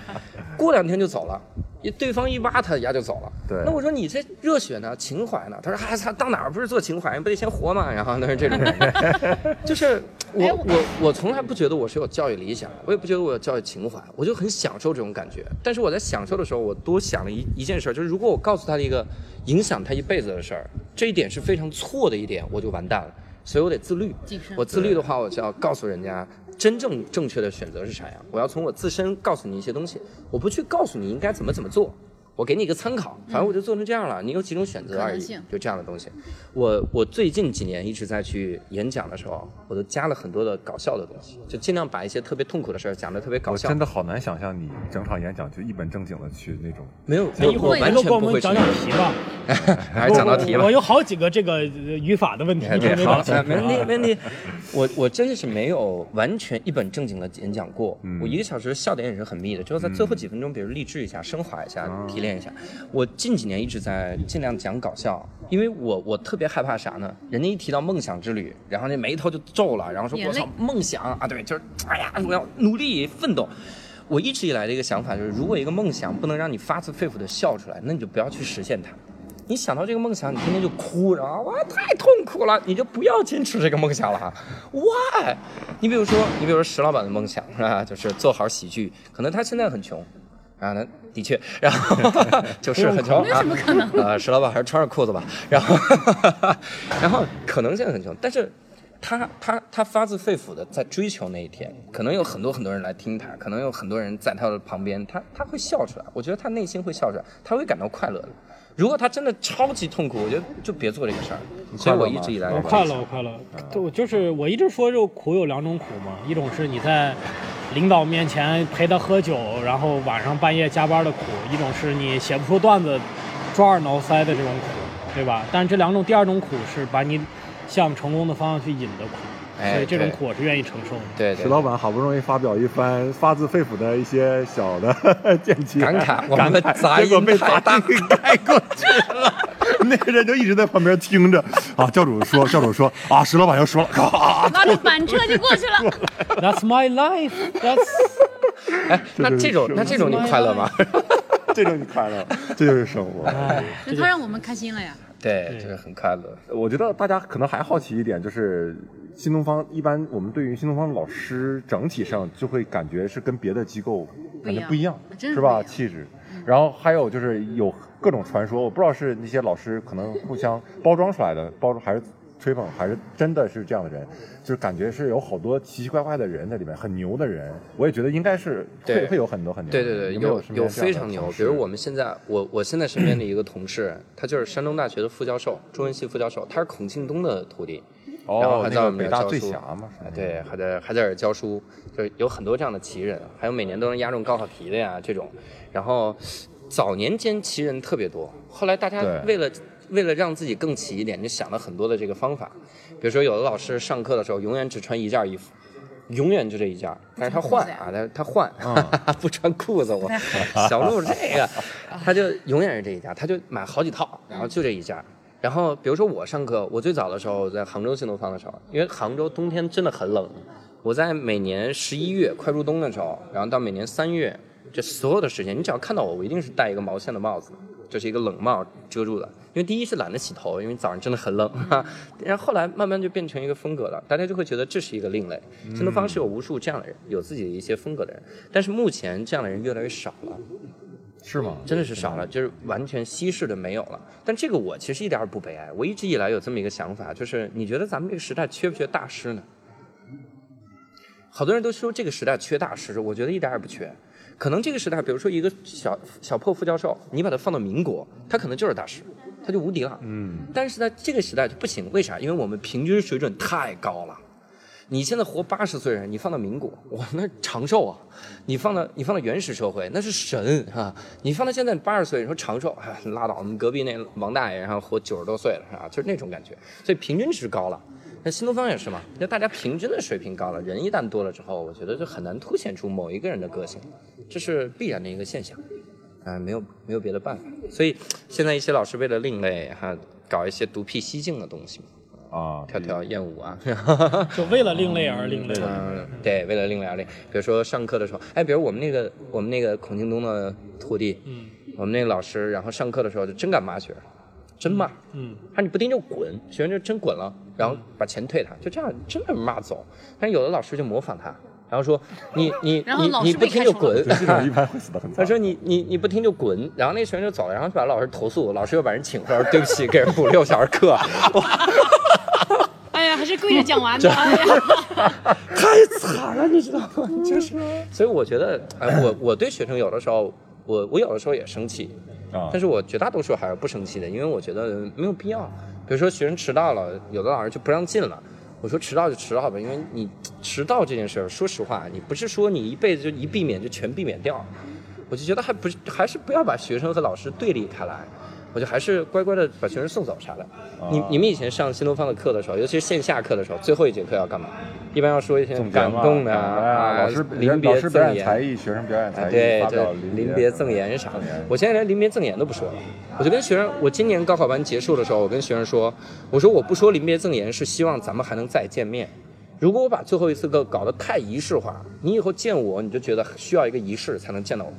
Speaker 5: 过两天就走了。一对方一挖他，丫就走了。
Speaker 1: 对
Speaker 5: 那我说你这热血呢，情怀呢？他说：“哎操，到哪儿不是做情怀，不得先活嘛？”然后他是这种人，就是我
Speaker 3: 哎我
Speaker 5: 我我从来不觉得我是有教育理想，我也不觉得我有教育情怀，我就很享受这种感觉。但是我在享受的时候，我多想了一一件事儿，就是如果我告诉他一个影响他一辈子的事儿，这一点是非常错的一点，我就完蛋了。所以我得自律
Speaker 3: 谨慎。
Speaker 5: 我自律的话，我就要告诉人家真正正确的选择是啥样。我要从我自身告诉你一些东西，我不去告诉你应该怎么怎么做，我给你一个参考。反正我就做成这样了，你有几种选择而
Speaker 3: 可能
Speaker 5: 已
Speaker 3: 性，
Speaker 5: 就这样的东西。我我最近几年一直在去演讲的时候，我都加了很多的搞笑的东西，就尽量把一些特别痛苦的事儿讲得特别搞
Speaker 1: 我
Speaker 5: 笑
Speaker 1: 真。的好难想象你整场演讲就一本正经的去那种，
Speaker 5: 没有，
Speaker 2: 那一
Speaker 5: 我
Speaker 2: 哎会
Speaker 5: 我
Speaker 2: 儿
Speaker 5: 完
Speaker 2: 都
Speaker 5: 全
Speaker 2: 给我
Speaker 5: 不
Speaker 2: 们
Speaker 5: 会
Speaker 2: 讲
Speaker 5: 去
Speaker 2: 讲题吧，
Speaker 5: 还是讲到题吧
Speaker 2: 我。
Speaker 5: (laughs)
Speaker 2: 我有好几个这个呃语法的问题，
Speaker 5: 对，
Speaker 2: 没
Speaker 5: 好
Speaker 2: 搞，清楚
Speaker 5: 没问题，
Speaker 2: 啊
Speaker 5: 没问题。我我真的是没有完全一本正经的演讲过，
Speaker 2: 嗯
Speaker 5: 我一个小时笑点也是很密的，就是在最后几分钟，比如励志一下、升华一下、
Speaker 2: 啊
Speaker 5: 提炼一下。我近几年一直在尽量讲搞笑，因为我我特别害怕啥呢？人家一提到梦想之旅，然后那眉头就皱了，然后说
Speaker 3: 眼
Speaker 5: 我
Speaker 3: 泪
Speaker 5: 操，梦想啊，对，就是哎呀，我要努力奋斗。我一直以来的一个想法就是，如果一个梦想不能让你发自肺腑的笑出来，那你就不要去实现它。你想到这个梦想，你天天就哭，然后哇太痛苦了，你就不要坚持这个梦想了哈。Why？你比如说，你比如说石老板的梦想是吧，就是做好喜剧，可能他现在很穷。啊，那的确， (laughs) 然后就是很穷，
Speaker 3: 没有什么可能
Speaker 5: 啊。呃，石老板还是穿上裤子吧。然后， (laughs) 然后可能现在很穷，但是他他他发自肺腑的在追求那一天，可能有很多很多人来听他，可能有很多人在他的旁边，他他会笑出来，我觉得他内心会笑出来，他会感到快乐的。如果他真的超级痛苦，我觉得就别做这个事儿。所以我一直以来
Speaker 2: 我快乐，我快乐。对，我就是我一直说，就苦有两种苦嘛，一种是你在领导面前陪他喝酒，然后晚上半夜加班的苦；一种是你写不出段子，抓耳挠腮的这种苦，对吧？但是这两种，第二种苦是把你向成功的方向去引的苦，
Speaker 5: 哎
Speaker 2: 所以这种
Speaker 5: 对
Speaker 2: 苦我是愿意承受的。
Speaker 5: 对对
Speaker 1: 石老板好不容易发表一番发自肺腑的一些小的 (laughs) 见解，
Speaker 5: 感
Speaker 1: (laughs)
Speaker 5: 慨我们的
Speaker 1: 感慨
Speaker 5: 杂音
Speaker 1: 结果被
Speaker 5: 太大
Speaker 1: 杂音盖过去了。 (laughs) 那个人就一直在旁边听着啊，教主说，教主说啊，石老板又说了，啊，
Speaker 3: 拉着板车就过去了， (laughs)
Speaker 2: (laughs) That's my life. That's
Speaker 5: 哎，那这种
Speaker 1: 是
Speaker 5: 那这种你快乐吗？
Speaker 1: 这就是快乐，这就是生活。
Speaker 2: 这
Speaker 4: 那
Speaker 2: 就
Speaker 4: 他让我们开心了呀。
Speaker 5: 对，这个很快乐。
Speaker 1: 我觉得大家可能还好奇一点，就是新东方一般我们对于新东方老师整体上就会感觉是跟别的机构感觉不一样，
Speaker 3: 啊真是
Speaker 1: 是吧？
Speaker 3: 不一样嗯
Speaker 1: 气质。然后还有就是有各种传说，我不知道是那些老师可能互相包装出来的，包装还是吹捧，还是真的是这样的人，就是感觉是有好多奇奇怪怪的人在里面，很牛的人。我也觉得应该是会
Speaker 5: 对
Speaker 1: 会有很多很牛的
Speaker 5: 对
Speaker 1: 人。
Speaker 5: 对对，
Speaker 1: 有没有
Speaker 5: 有
Speaker 1: 身边这样的
Speaker 5: 非常牛
Speaker 1: 同，
Speaker 5: 比
Speaker 1: 事
Speaker 5: 如我们现在，我我现在身边的一个同事，他就是山东大学的副教授，中文系副教授，他是孔庆东的徒弟，然后
Speaker 1: 哦，
Speaker 5: 还
Speaker 1: 那
Speaker 5: 在我
Speaker 1: 个
Speaker 5: 们
Speaker 1: 北
Speaker 5: 这
Speaker 1: 大
Speaker 5: 教
Speaker 1: 醉
Speaker 5: 书
Speaker 1: 侠嘛，是
Speaker 5: 啊
Speaker 1: 那个
Speaker 5: 对，还在还在这儿教书，就是有很多这样的奇人，还有每年都能压中高考题的呀这种。然后早年间奇人特别多，后来大家
Speaker 1: 对
Speaker 5: 为了为了让自己更奇一点，就想了很多的这个方法，比如说有的老师上课的时候永远只穿一件衣服。永远就这一件儿，但是他换啊，他他换， (laughs) 不穿裤子我。小鹿这个，他就永远是这一件儿，他就买好几套，然后就这一件儿。然后比如说我上课，我最早的时候在杭州新东方的时候，因为杭州冬天真的很冷，我在每年十一月快入冬的时候，然后到每年三月，这所有的时间，你只要看到我，我一定是戴一个毛线的帽子，这是一个冷帽遮住的。因为第一是懒得洗头，因为早上真的很冷。 (laughs) 然后后来慢慢就变成一个风格了，大家就会觉得这是一个另类。新东方是有无数这样的人，有自己的一些风格的人，但是目前这样的人越来越少了。
Speaker 1: 是吗？
Speaker 5: 真的是少了，就是完全稀释的没有了。但这个我其实一点儿也不悲哀，我一直以来有这么一个想法，就是你觉得咱们这个时代缺不缺大师呢？好多人都说这个时代缺大师，我觉得一点儿也不缺。可能这个时代，比如说一个小小破副教授，你把他放到民国，他可能就是大师，他就无敌了。
Speaker 1: 嗯，
Speaker 5: 但是在这个时代就不行，为啥？因为我们平均水准太高了。你现在活八十岁人，你放到民国，哇，那长寿啊！你放到你放到原始社会，那是神啊！你放到现在八十岁，你说长寿，哎，拉倒！我们隔壁那王大爷，然后活九十多岁了，是吧？就是那种感觉，所以平均值高了。那新东方也是嘛，那大家平均的水平高了，人一旦多了之后，我觉得就很难凸显出某一个人的个性，这是必然的一个现象。啊、没有没有别的办法，所以现在一些老师为了另类哈、搞一些独辟蹊径的东西嘛，
Speaker 1: 啊，
Speaker 5: 跳跳
Speaker 2: 嗯
Speaker 5: 艳
Speaker 2: (laughs)
Speaker 5: 舞啊，
Speaker 2: 就为了另类而另类。
Speaker 5: 嗯，对，为了另类而类。比如说上课的时候，哎，比如我们那个我们那个孔庆东的徒弟，
Speaker 2: 嗯
Speaker 5: 我们那个老师，然后上课的时候就真敢骂学生，真骂，
Speaker 2: 嗯，
Speaker 5: 他说你不听就滚，学生就真滚了，然后把钱退他，就这样真的骂走。但是有的老师就模仿他，然后说你你
Speaker 3: 然后
Speaker 5: 你
Speaker 3: 老师
Speaker 5: 你不
Speaker 3: 被
Speaker 5: 听
Speaker 3: 开
Speaker 5: 就
Speaker 3: 除了
Speaker 2: (laughs)
Speaker 5: 滚，
Speaker 1: 对，这种一般会死的很惨。
Speaker 5: (laughs) 他说你你你不听就滚，然后那学生就走了，然后就把老师投诉，老师又把人请回来，对不起，给人补六小时课， (laughs) 哇，
Speaker 4: 哎呀，还是跪着讲
Speaker 3: (laughs)
Speaker 4: 完的。哎呀，
Speaker 5: 太惨了，你知道吗？就是，所以我觉得，哎，我我对学生有的时候，我我有的时候也生气，
Speaker 1: 啊，
Speaker 5: 但是我绝大多数还是不生气的，因为我觉得没有必要。比如说学生迟到了，有的老师就不让进了。我说迟到就迟到吧，因为你迟到这件事儿，说实话，你不是说你一辈子就一避免就全避免掉。我就觉得还不是还是不要把学生和老师对立开来，我就还是乖乖的把学生送走啥的。你
Speaker 1: 啊
Speaker 5: 你们以前上新东方的课的时候，尤其是线下课的时候，最后一节课要干嘛？一般要说一些
Speaker 1: 总结
Speaker 5: 感
Speaker 1: 嘛
Speaker 5: 动的
Speaker 1: 哎呀
Speaker 5: 啊，
Speaker 1: 老师
Speaker 5: 临
Speaker 1: 老
Speaker 5: 别
Speaker 1: 师表
Speaker 5: 赠
Speaker 1: 演
Speaker 5: 言
Speaker 1: 才艺，学生表演才
Speaker 5: 啊，
Speaker 1: 艺，
Speaker 5: 对，
Speaker 1: 发表啊
Speaker 5: 这临别赠言啥的，
Speaker 1: 哎
Speaker 5: 我现在连临别赠言都不说了。我就跟学生，我今年高考班结束的时候，我跟学生说，我说我不说临别赠言，是希望咱们还能再见面。如果我把最后一次搞搞得太仪式化，你以后见我你就觉得需要一个仪式才能见到我。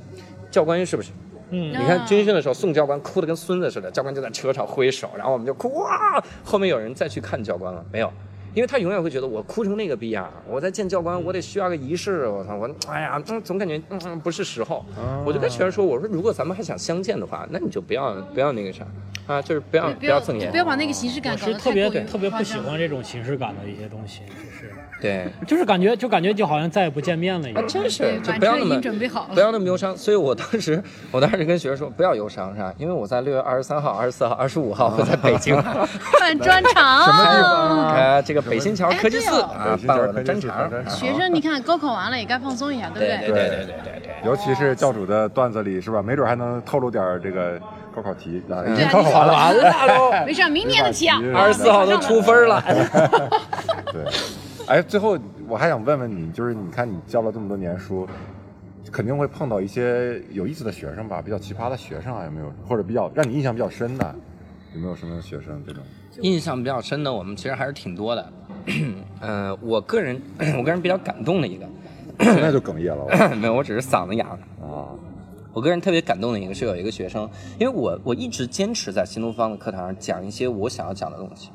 Speaker 5: 教官是不是？
Speaker 2: 嗯
Speaker 5: 你看军训的时候，宋教官哭得跟孙子似的，教官就在车上挥手，然后我们就哭哇。后面有人再去看教官了没有？因为他永远会觉得我哭成那个逼样儿，我再见教官，我得需要个仪式。我操，我哎呀，嗯，总感觉嗯嗯不是时候。我就跟学生说，我说如果咱们还想相见的话，那你就不要不要那个啥啊，就是不要
Speaker 3: 不
Speaker 5: 要
Speaker 3: 要
Speaker 5: 赠言
Speaker 3: 呃不。要把那个形式
Speaker 2: 我
Speaker 3: 感搞
Speaker 2: 是
Speaker 3: 得
Speaker 2: 特
Speaker 3: 太
Speaker 2: 别
Speaker 3: 过于
Speaker 2: 特别不
Speaker 3: 夸
Speaker 2: 喜
Speaker 3: 张
Speaker 2: 欢这种形式感的一些东西，就是
Speaker 5: 对，
Speaker 2: 就是感觉就感觉就好像再也不见面了一
Speaker 5: 啊，
Speaker 2: 样。
Speaker 5: 真
Speaker 4: 对
Speaker 5: 是就
Speaker 4: 板
Speaker 5: 不要
Speaker 4: 车
Speaker 5: 那
Speaker 4: 已
Speaker 5: 么
Speaker 4: 经准备好了。
Speaker 5: 不要那么忧伤。所以我当时，我当时跟学生说不要忧伤是吧？因为我在六月二十三号、二十四号、二十五号会在北京。
Speaker 3: (laughs) 办专场。
Speaker 5: 呃，这个北新桥科技
Speaker 3: 哦哎
Speaker 5: 寺
Speaker 3: 对哦
Speaker 5: 啊，
Speaker 1: 北京
Speaker 5: 办
Speaker 1: 桥
Speaker 5: 我的
Speaker 1: 科
Speaker 5: 专
Speaker 1: 技
Speaker 5: 场
Speaker 1: 办。专场
Speaker 3: (laughs) 学生，你看高考完了也该放松一下，对不
Speaker 5: 对
Speaker 3: 对？
Speaker 5: 对
Speaker 3: 啊
Speaker 5: 对对对对
Speaker 1: 尤其是教主的段子里，是吧？没准还能透露点儿这个高考题啊，已经
Speaker 5: 对，
Speaker 1: 高考完了啊，
Speaker 5: 完了
Speaker 3: (laughs)
Speaker 5: 喽！
Speaker 4: 没事，明年的题啊。
Speaker 1: 对
Speaker 5: 二十四号都出分了，
Speaker 1: 对。哎，最后我还想问问你，就是你看你教了这么多年书，肯定会碰到一些有意思的学生吧？比较奇葩的学生啊，有没有？或者比较让你印象比较深的，有没有什么学生这种？
Speaker 5: (laughs) 印象比较深的，我们其实还是挺多 (laughs) 的。嗯，我个人 (coughs) 我个人比较感动的一个， (coughs)
Speaker 1: 现在就哽咽了
Speaker 5: 没有，我只是嗓子哑。
Speaker 1: 我啊！
Speaker 5: 我个人特别感动的一个是有一个学生，因为我我一直坚持在新东方的课堂上讲一些我想要讲的东西，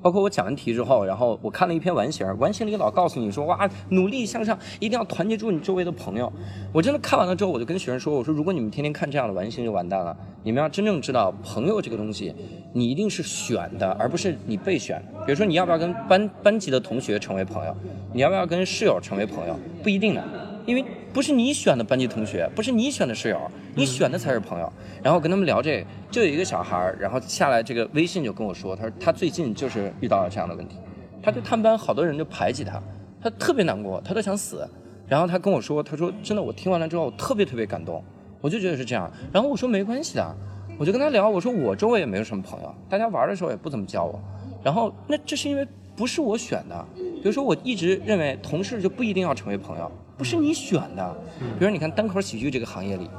Speaker 5: 包括我讲完题之后，然后我看了一篇完形，完形里老告诉你说哇，努力向上，一定要团结住你周围的朋友。我真的看完了之后，我就跟学生说，我说如果你们天天看这样的完形就完蛋了，你们要真正知道朋友这个东西，你一定是选的，而不是你被选。比如说你要不要跟班班级的同学成为朋友，你要不要跟室友成为朋友，不一定的。因为不是你选的班级同学，不是你选的室友，你选的才是朋友。然后跟他们聊这个，就有一个小孩儿，然后下来这个微信就跟我说，他说他最近就是遇到了这样的问题，他对他们班好多人就排挤他，他特别难过，他都想死。然后他跟我说，他说真的，我听完了之后，我特别特别感动，我就觉得是这样。然后我说没关系的，我就跟他聊，我说我周围也没有什么朋友，大家玩的时候也不怎么交我。然后那这是因为不是我选的，比如说我一直认为同事就不一定要成为朋友，不是你选的。比如你看单口喜剧这个行业里，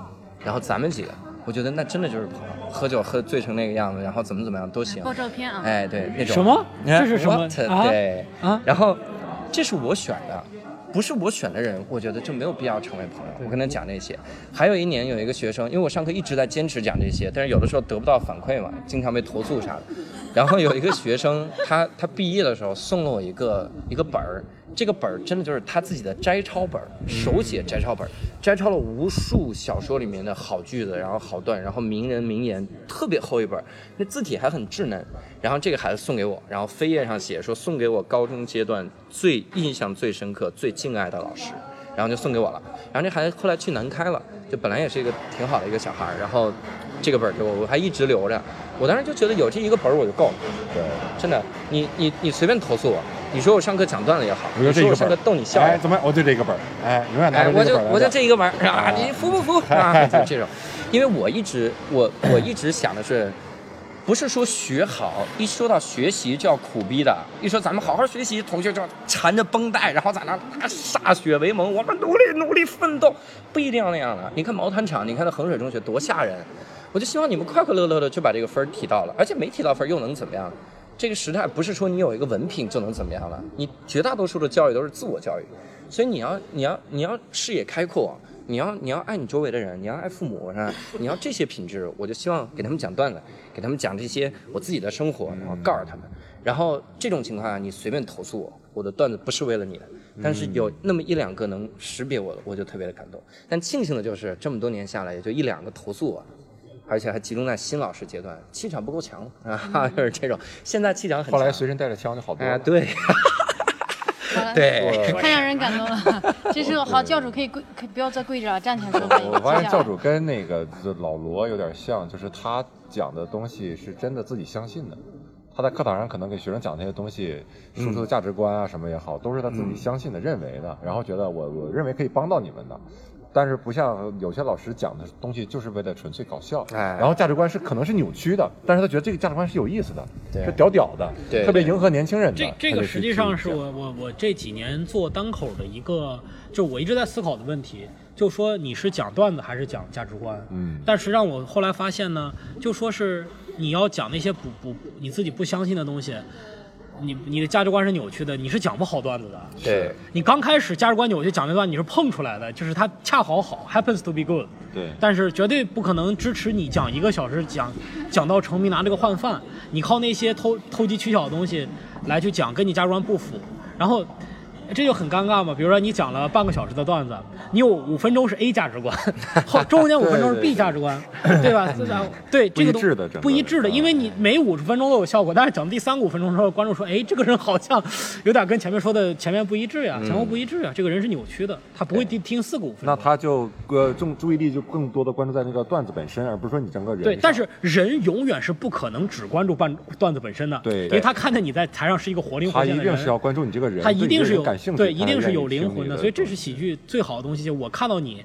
Speaker 5: 然后咱们几个，我觉得那真的就是朋友，喝酒喝醉成那个样子，然后怎么怎么样都行。
Speaker 3: 爆照片啊！
Speaker 5: 哎，对，那种
Speaker 2: 什么？
Speaker 5: 哎
Speaker 2: 这是什么
Speaker 5: what？
Speaker 2: 啊？
Speaker 5: 对
Speaker 2: 啊
Speaker 5: 然后这是我选的，不是我选的人，我觉得就没有必要成为朋友。我跟他讲这些。还有一年有一个学生，因为我上课一直在坚持讲这些，但是有的时候得不到反馈嘛，经常被投诉啥的。 (laughs) 然后有一个学生，他他毕业的时候送了我一个一个本儿，这个本儿真的就是他自己的摘抄本儿，手写摘抄本儿，摘抄了无数小说里面的好句子，然后好段，然后名人名言，特别厚一本儿，那字体还很稚嫩。然后这个孩子送给我，然后扉页上写说送给我高中阶段最印象最深刻、最敬爱的老师，然后就送给我了。然后这孩子后来去南开了，就本来也是一个挺好的一个小孩儿，然后这个本儿给我，我还一直留着。我当时就觉得有这一个本儿我就够了。
Speaker 1: 对，
Speaker 5: 真的，你你你随便投诉我，你说我上课讲段子也好，
Speaker 1: 我就
Speaker 5: 你
Speaker 1: 这一
Speaker 5: 说我
Speaker 1: 个
Speaker 5: 上
Speaker 1: 本
Speaker 5: 课
Speaker 1: 儿，
Speaker 5: 逗你笑也
Speaker 1: 哎，
Speaker 5: 好，
Speaker 1: 怎么我就这个本儿，哎，永远拿
Speaker 5: 哎，
Speaker 1: 着
Speaker 5: 我
Speaker 1: 这
Speaker 5: 就
Speaker 1: 个本儿来
Speaker 5: 我就
Speaker 1: 讲
Speaker 5: 这一个
Speaker 1: (laughs)
Speaker 5: 门儿啊，
Speaker 1: 哎
Speaker 5: 你服不服
Speaker 1: (laughs)
Speaker 5: 啊？就这种，因为我一直我我一直想的是，不是说学好，一说到学习就要苦逼的，一说咱们好好学习，同学就要缠着绷带，然后在那啊歃血为盟，我们努力努力奋斗，不一定要那样的。你看毛坦厂，你看那衡水中学多吓人，我就希望你们快快乐乐的就把这个分儿提到了，而且没提到分儿又能怎么样？这个时代不是说你有一个文凭就能怎么样了，你绝大多数的教育都是自我教育，所以你要你要你要视野开阔，你要你要爱你周围的人，你要爱父母是吧？你要这些品质，我就希望给他们讲段子，给他们讲这些我自己的生活，然后告诉他们。然后这种情况下，你随便投诉我，我的段子不是为了你的，但是有那么一两个能识别我的，我就特别的感动。但庆幸的就是这么多年下来，也就一两个投诉我。而且还集中在新老师阶段，气场不够强啊， (laughs) 就是这种。现在气场很强。
Speaker 1: 后来随身带着枪就好多
Speaker 5: 哎，
Speaker 1: 了。
Speaker 5: 对，
Speaker 3: 好了，
Speaker 5: 对，
Speaker 3: 太让人感动了。 (laughs) 这是好教主可以跪，可以不要再跪着了，啊站起来说话。
Speaker 1: 我发现教主跟那个就老罗有点像，就是他讲的东西是真的自己相信的。他在课堂上可能给学生讲那些东西，输出的价值观啊什么也好，都是他自己相信的、认为的，然后觉得我我认为可以帮到你们的。但是不像有些老师讲的东西，就是为了纯粹搞笑，
Speaker 5: 哎
Speaker 1: 然后价值观是可能是扭曲的，但是他觉得这个价值观是有意思的，
Speaker 5: 对
Speaker 1: 是屌屌的，
Speaker 5: 对
Speaker 1: 特别迎合年轻人的。
Speaker 2: 这这
Speaker 1: 他就
Speaker 2: 个
Speaker 1: 去
Speaker 2: 实际上
Speaker 1: 去
Speaker 2: 是
Speaker 1: 讲
Speaker 2: 我我我这几年做单口的一个，就我一直在思考的问题，就说你是讲段子还是讲价值观？
Speaker 1: 嗯
Speaker 2: 但实际上我后来发现呢，就说是你要讲那些不不你自己不相信的东西，你你的价值观是扭曲的，你是讲不好段子的。
Speaker 5: 对，
Speaker 2: 你刚开始价值观扭曲讲那段你是碰出来的，就是它恰好好，happens to be good。
Speaker 1: 对
Speaker 2: 但是绝对不可能支持你讲一个小时讲讲到成名拿这个换饭，你靠那些偷偷鸡取巧的东西来去讲跟你价值观不符，然后这就很尴尬嘛。比如说你讲了半个小时的段子，你有五分钟是 A 价值观，后中间五分钟是 B 价值观，对吧？这个对这个
Speaker 1: 不一致的整个
Speaker 2: 不一致的，因为你每五十分钟都有效果，但是讲到第三个五分钟的时候，观众说，哎，这个人好像有点跟前面说的前面不一致呀，啊前后不一致呀，这个人是扭曲的，他不会听听四个五分钟。
Speaker 1: 那他就呃重注意力就更多的关注在那个段子本身，而不是说你整个人
Speaker 2: 对，
Speaker 1: 上
Speaker 2: 但是人永远是不可能只关注段段子本身的，
Speaker 1: 对
Speaker 2: 因为他看见你在台上是一个活灵活
Speaker 1: 他
Speaker 2: 现
Speaker 1: 一
Speaker 2: 的
Speaker 1: 定
Speaker 2: 人，
Speaker 1: 是要关注你这个人，
Speaker 2: 他一定是
Speaker 1: 对你这个人感
Speaker 2: 有
Speaker 1: 兴趣，他
Speaker 2: 对，一定
Speaker 1: 才
Speaker 2: 是
Speaker 1: 愿意
Speaker 2: 有
Speaker 1: 听
Speaker 2: 灵魂
Speaker 1: 你
Speaker 2: 的，
Speaker 1: 的。
Speaker 2: 所以这是喜剧最好的东西。就我看到你，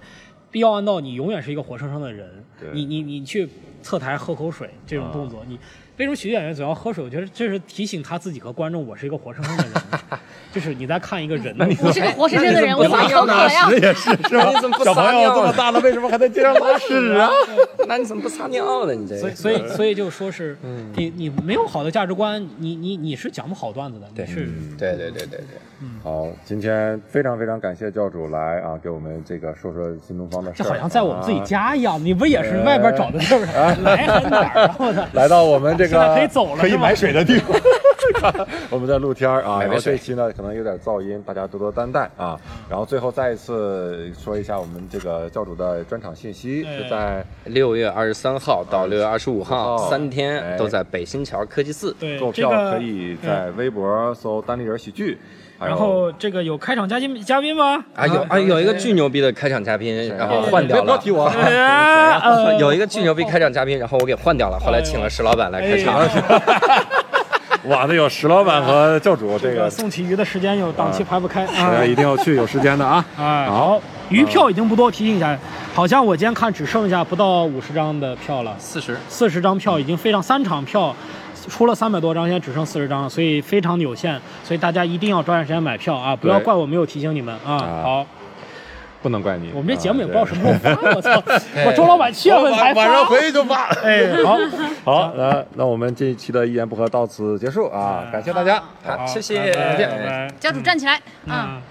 Speaker 2: 必要按到你永远是一个活生生的人
Speaker 1: 对，啊
Speaker 2: 你你你去侧台喝口水这种动作，你为什么喜剧演员总要喝水？我觉得这是提醒他自己和观众，我是一个活生生的人，
Speaker 1: (laughs)
Speaker 2: 就是你在看一个人的
Speaker 4: 我是个活生生的人，我咋
Speaker 3: 啊
Speaker 4: 口渴呀？
Speaker 1: 也是是吧
Speaker 5: 你怎么不？
Speaker 1: 小朋
Speaker 5: 撒
Speaker 1: 友
Speaker 5: 尿
Speaker 1: 这么
Speaker 5: 呢
Speaker 1: 大了，为什么还在街上拉
Speaker 5: (laughs)
Speaker 1: 屎啊？
Speaker 5: 那你怎么不撒尿呢？你这
Speaker 2: 所以，所以，所以就说是，
Speaker 1: 嗯
Speaker 2: 你你没有好的价值观，你你你是讲不好段子的，你
Speaker 5: 对
Speaker 2: 是
Speaker 1: 嗯
Speaker 5: 对对对对对，
Speaker 1: 好，今天非常非常感谢教主来啊，给我们这个说说新东方的事儿。
Speaker 2: 这好像在我们自己
Speaker 1: 啊呃
Speaker 2: 家一样，你不也是外边找的地
Speaker 1: (laughs)
Speaker 2: 儿吗？来还哪儿啊？我操！
Speaker 1: 来到我们这
Speaker 2: 现
Speaker 1: 个
Speaker 2: 在可以走了
Speaker 1: 可以
Speaker 2: 是吗
Speaker 1: 买水的地方。 (laughs) 我们在露天儿啊，
Speaker 5: 买杯
Speaker 1: 然后这
Speaker 5: 水
Speaker 1: 期呢可能有点噪音，大家多多担待啊。然后最后再一次说一下我们这个教主的专场信息
Speaker 2: 哎
Speaker 1: 是在
Speaker 5: 六月二十三号到六月二十五
Speaker 1: 号
Speaker 5: 号三
Speaker 1: 哎
Speaker 5: 天都在北新桥科技四。
Speaker 2: 对，
Speaker 1: 购
Speaker 2: 这
Speaker 1: 票
Speaker 2: 个
Speaker 1: 可以在微博搜“单立人喜剧”，还
Speaker 2: 然
Speaker 1: 有
Speaker 2: 后这个有开场嘉宾嘉宾吗？
Speaker 5: 啊有啊有一
Speaker 1: 哎
Speaker 5: 个巨牛逼的开场嘉宾，然
Speaker 2: 呃
Speaker 5: 后换掉
Speaker 1: 不要
Speaker 5: 了
Speaker 1: 提。我啊。
Speaker 2: 啊
Speaker 5: 有一个巨牛逼开场嘉宾，然后我给换掉了，后来请了石老板来开场
Speaker 2: 哎。
Speaker 1: (laughs) 哇，那有石老板和教主，这
Speaker 2: 这个
Speaker 1: 个
Speaker 2: 宋启瑜的时间有档期排不开
Speaker 1: 大家
Speaker 2: 啊
Speaker 1: 一定要去，有时间的啊。
Speaker 2: 哎
Speaker 1: 好，嗯
Speaker 2: 余票已经不多，提醒一下，好像我今天看只剩下不到五十张的票了，
Speaker 5: 四十，
Speaker 2: 四十张票已经非常，三场票出了三百多张，现在只剩四十张了，所以非常有限，所以大家一定要抓紧时间买票啊！不要
Speaker 1: 对
Speaker 2: 怪我没有提醒你们啊！
Speaker 1: 啊
Speaker 2: 好，
Speaker 1: 不能怪你。
Speaker 2: 我们这节目也不知
Speaker 1: 啊
Speaker 2: 道
Speaker 1: 对
Speaker 2: 什么时候发，我
Speaker 1: (laughs)
Speaker 2: 操！我周老板 (laughs) 七月份才发，
Speaker 1: 去就发。
Speaker 2: 哎，好，
Speaker 1: 好，那那我们这一期的
Speaker 2: 哎
Speaker 1: 一言不合到此结束啊，感谢大家。
Speaker 5: 好，谢
Speaker 2: 拜
Speaker 5: 谢。
Speaker 2: 拜拜拜
Speaker 3: 家主站起来啊！
Speaker 2: 嗯。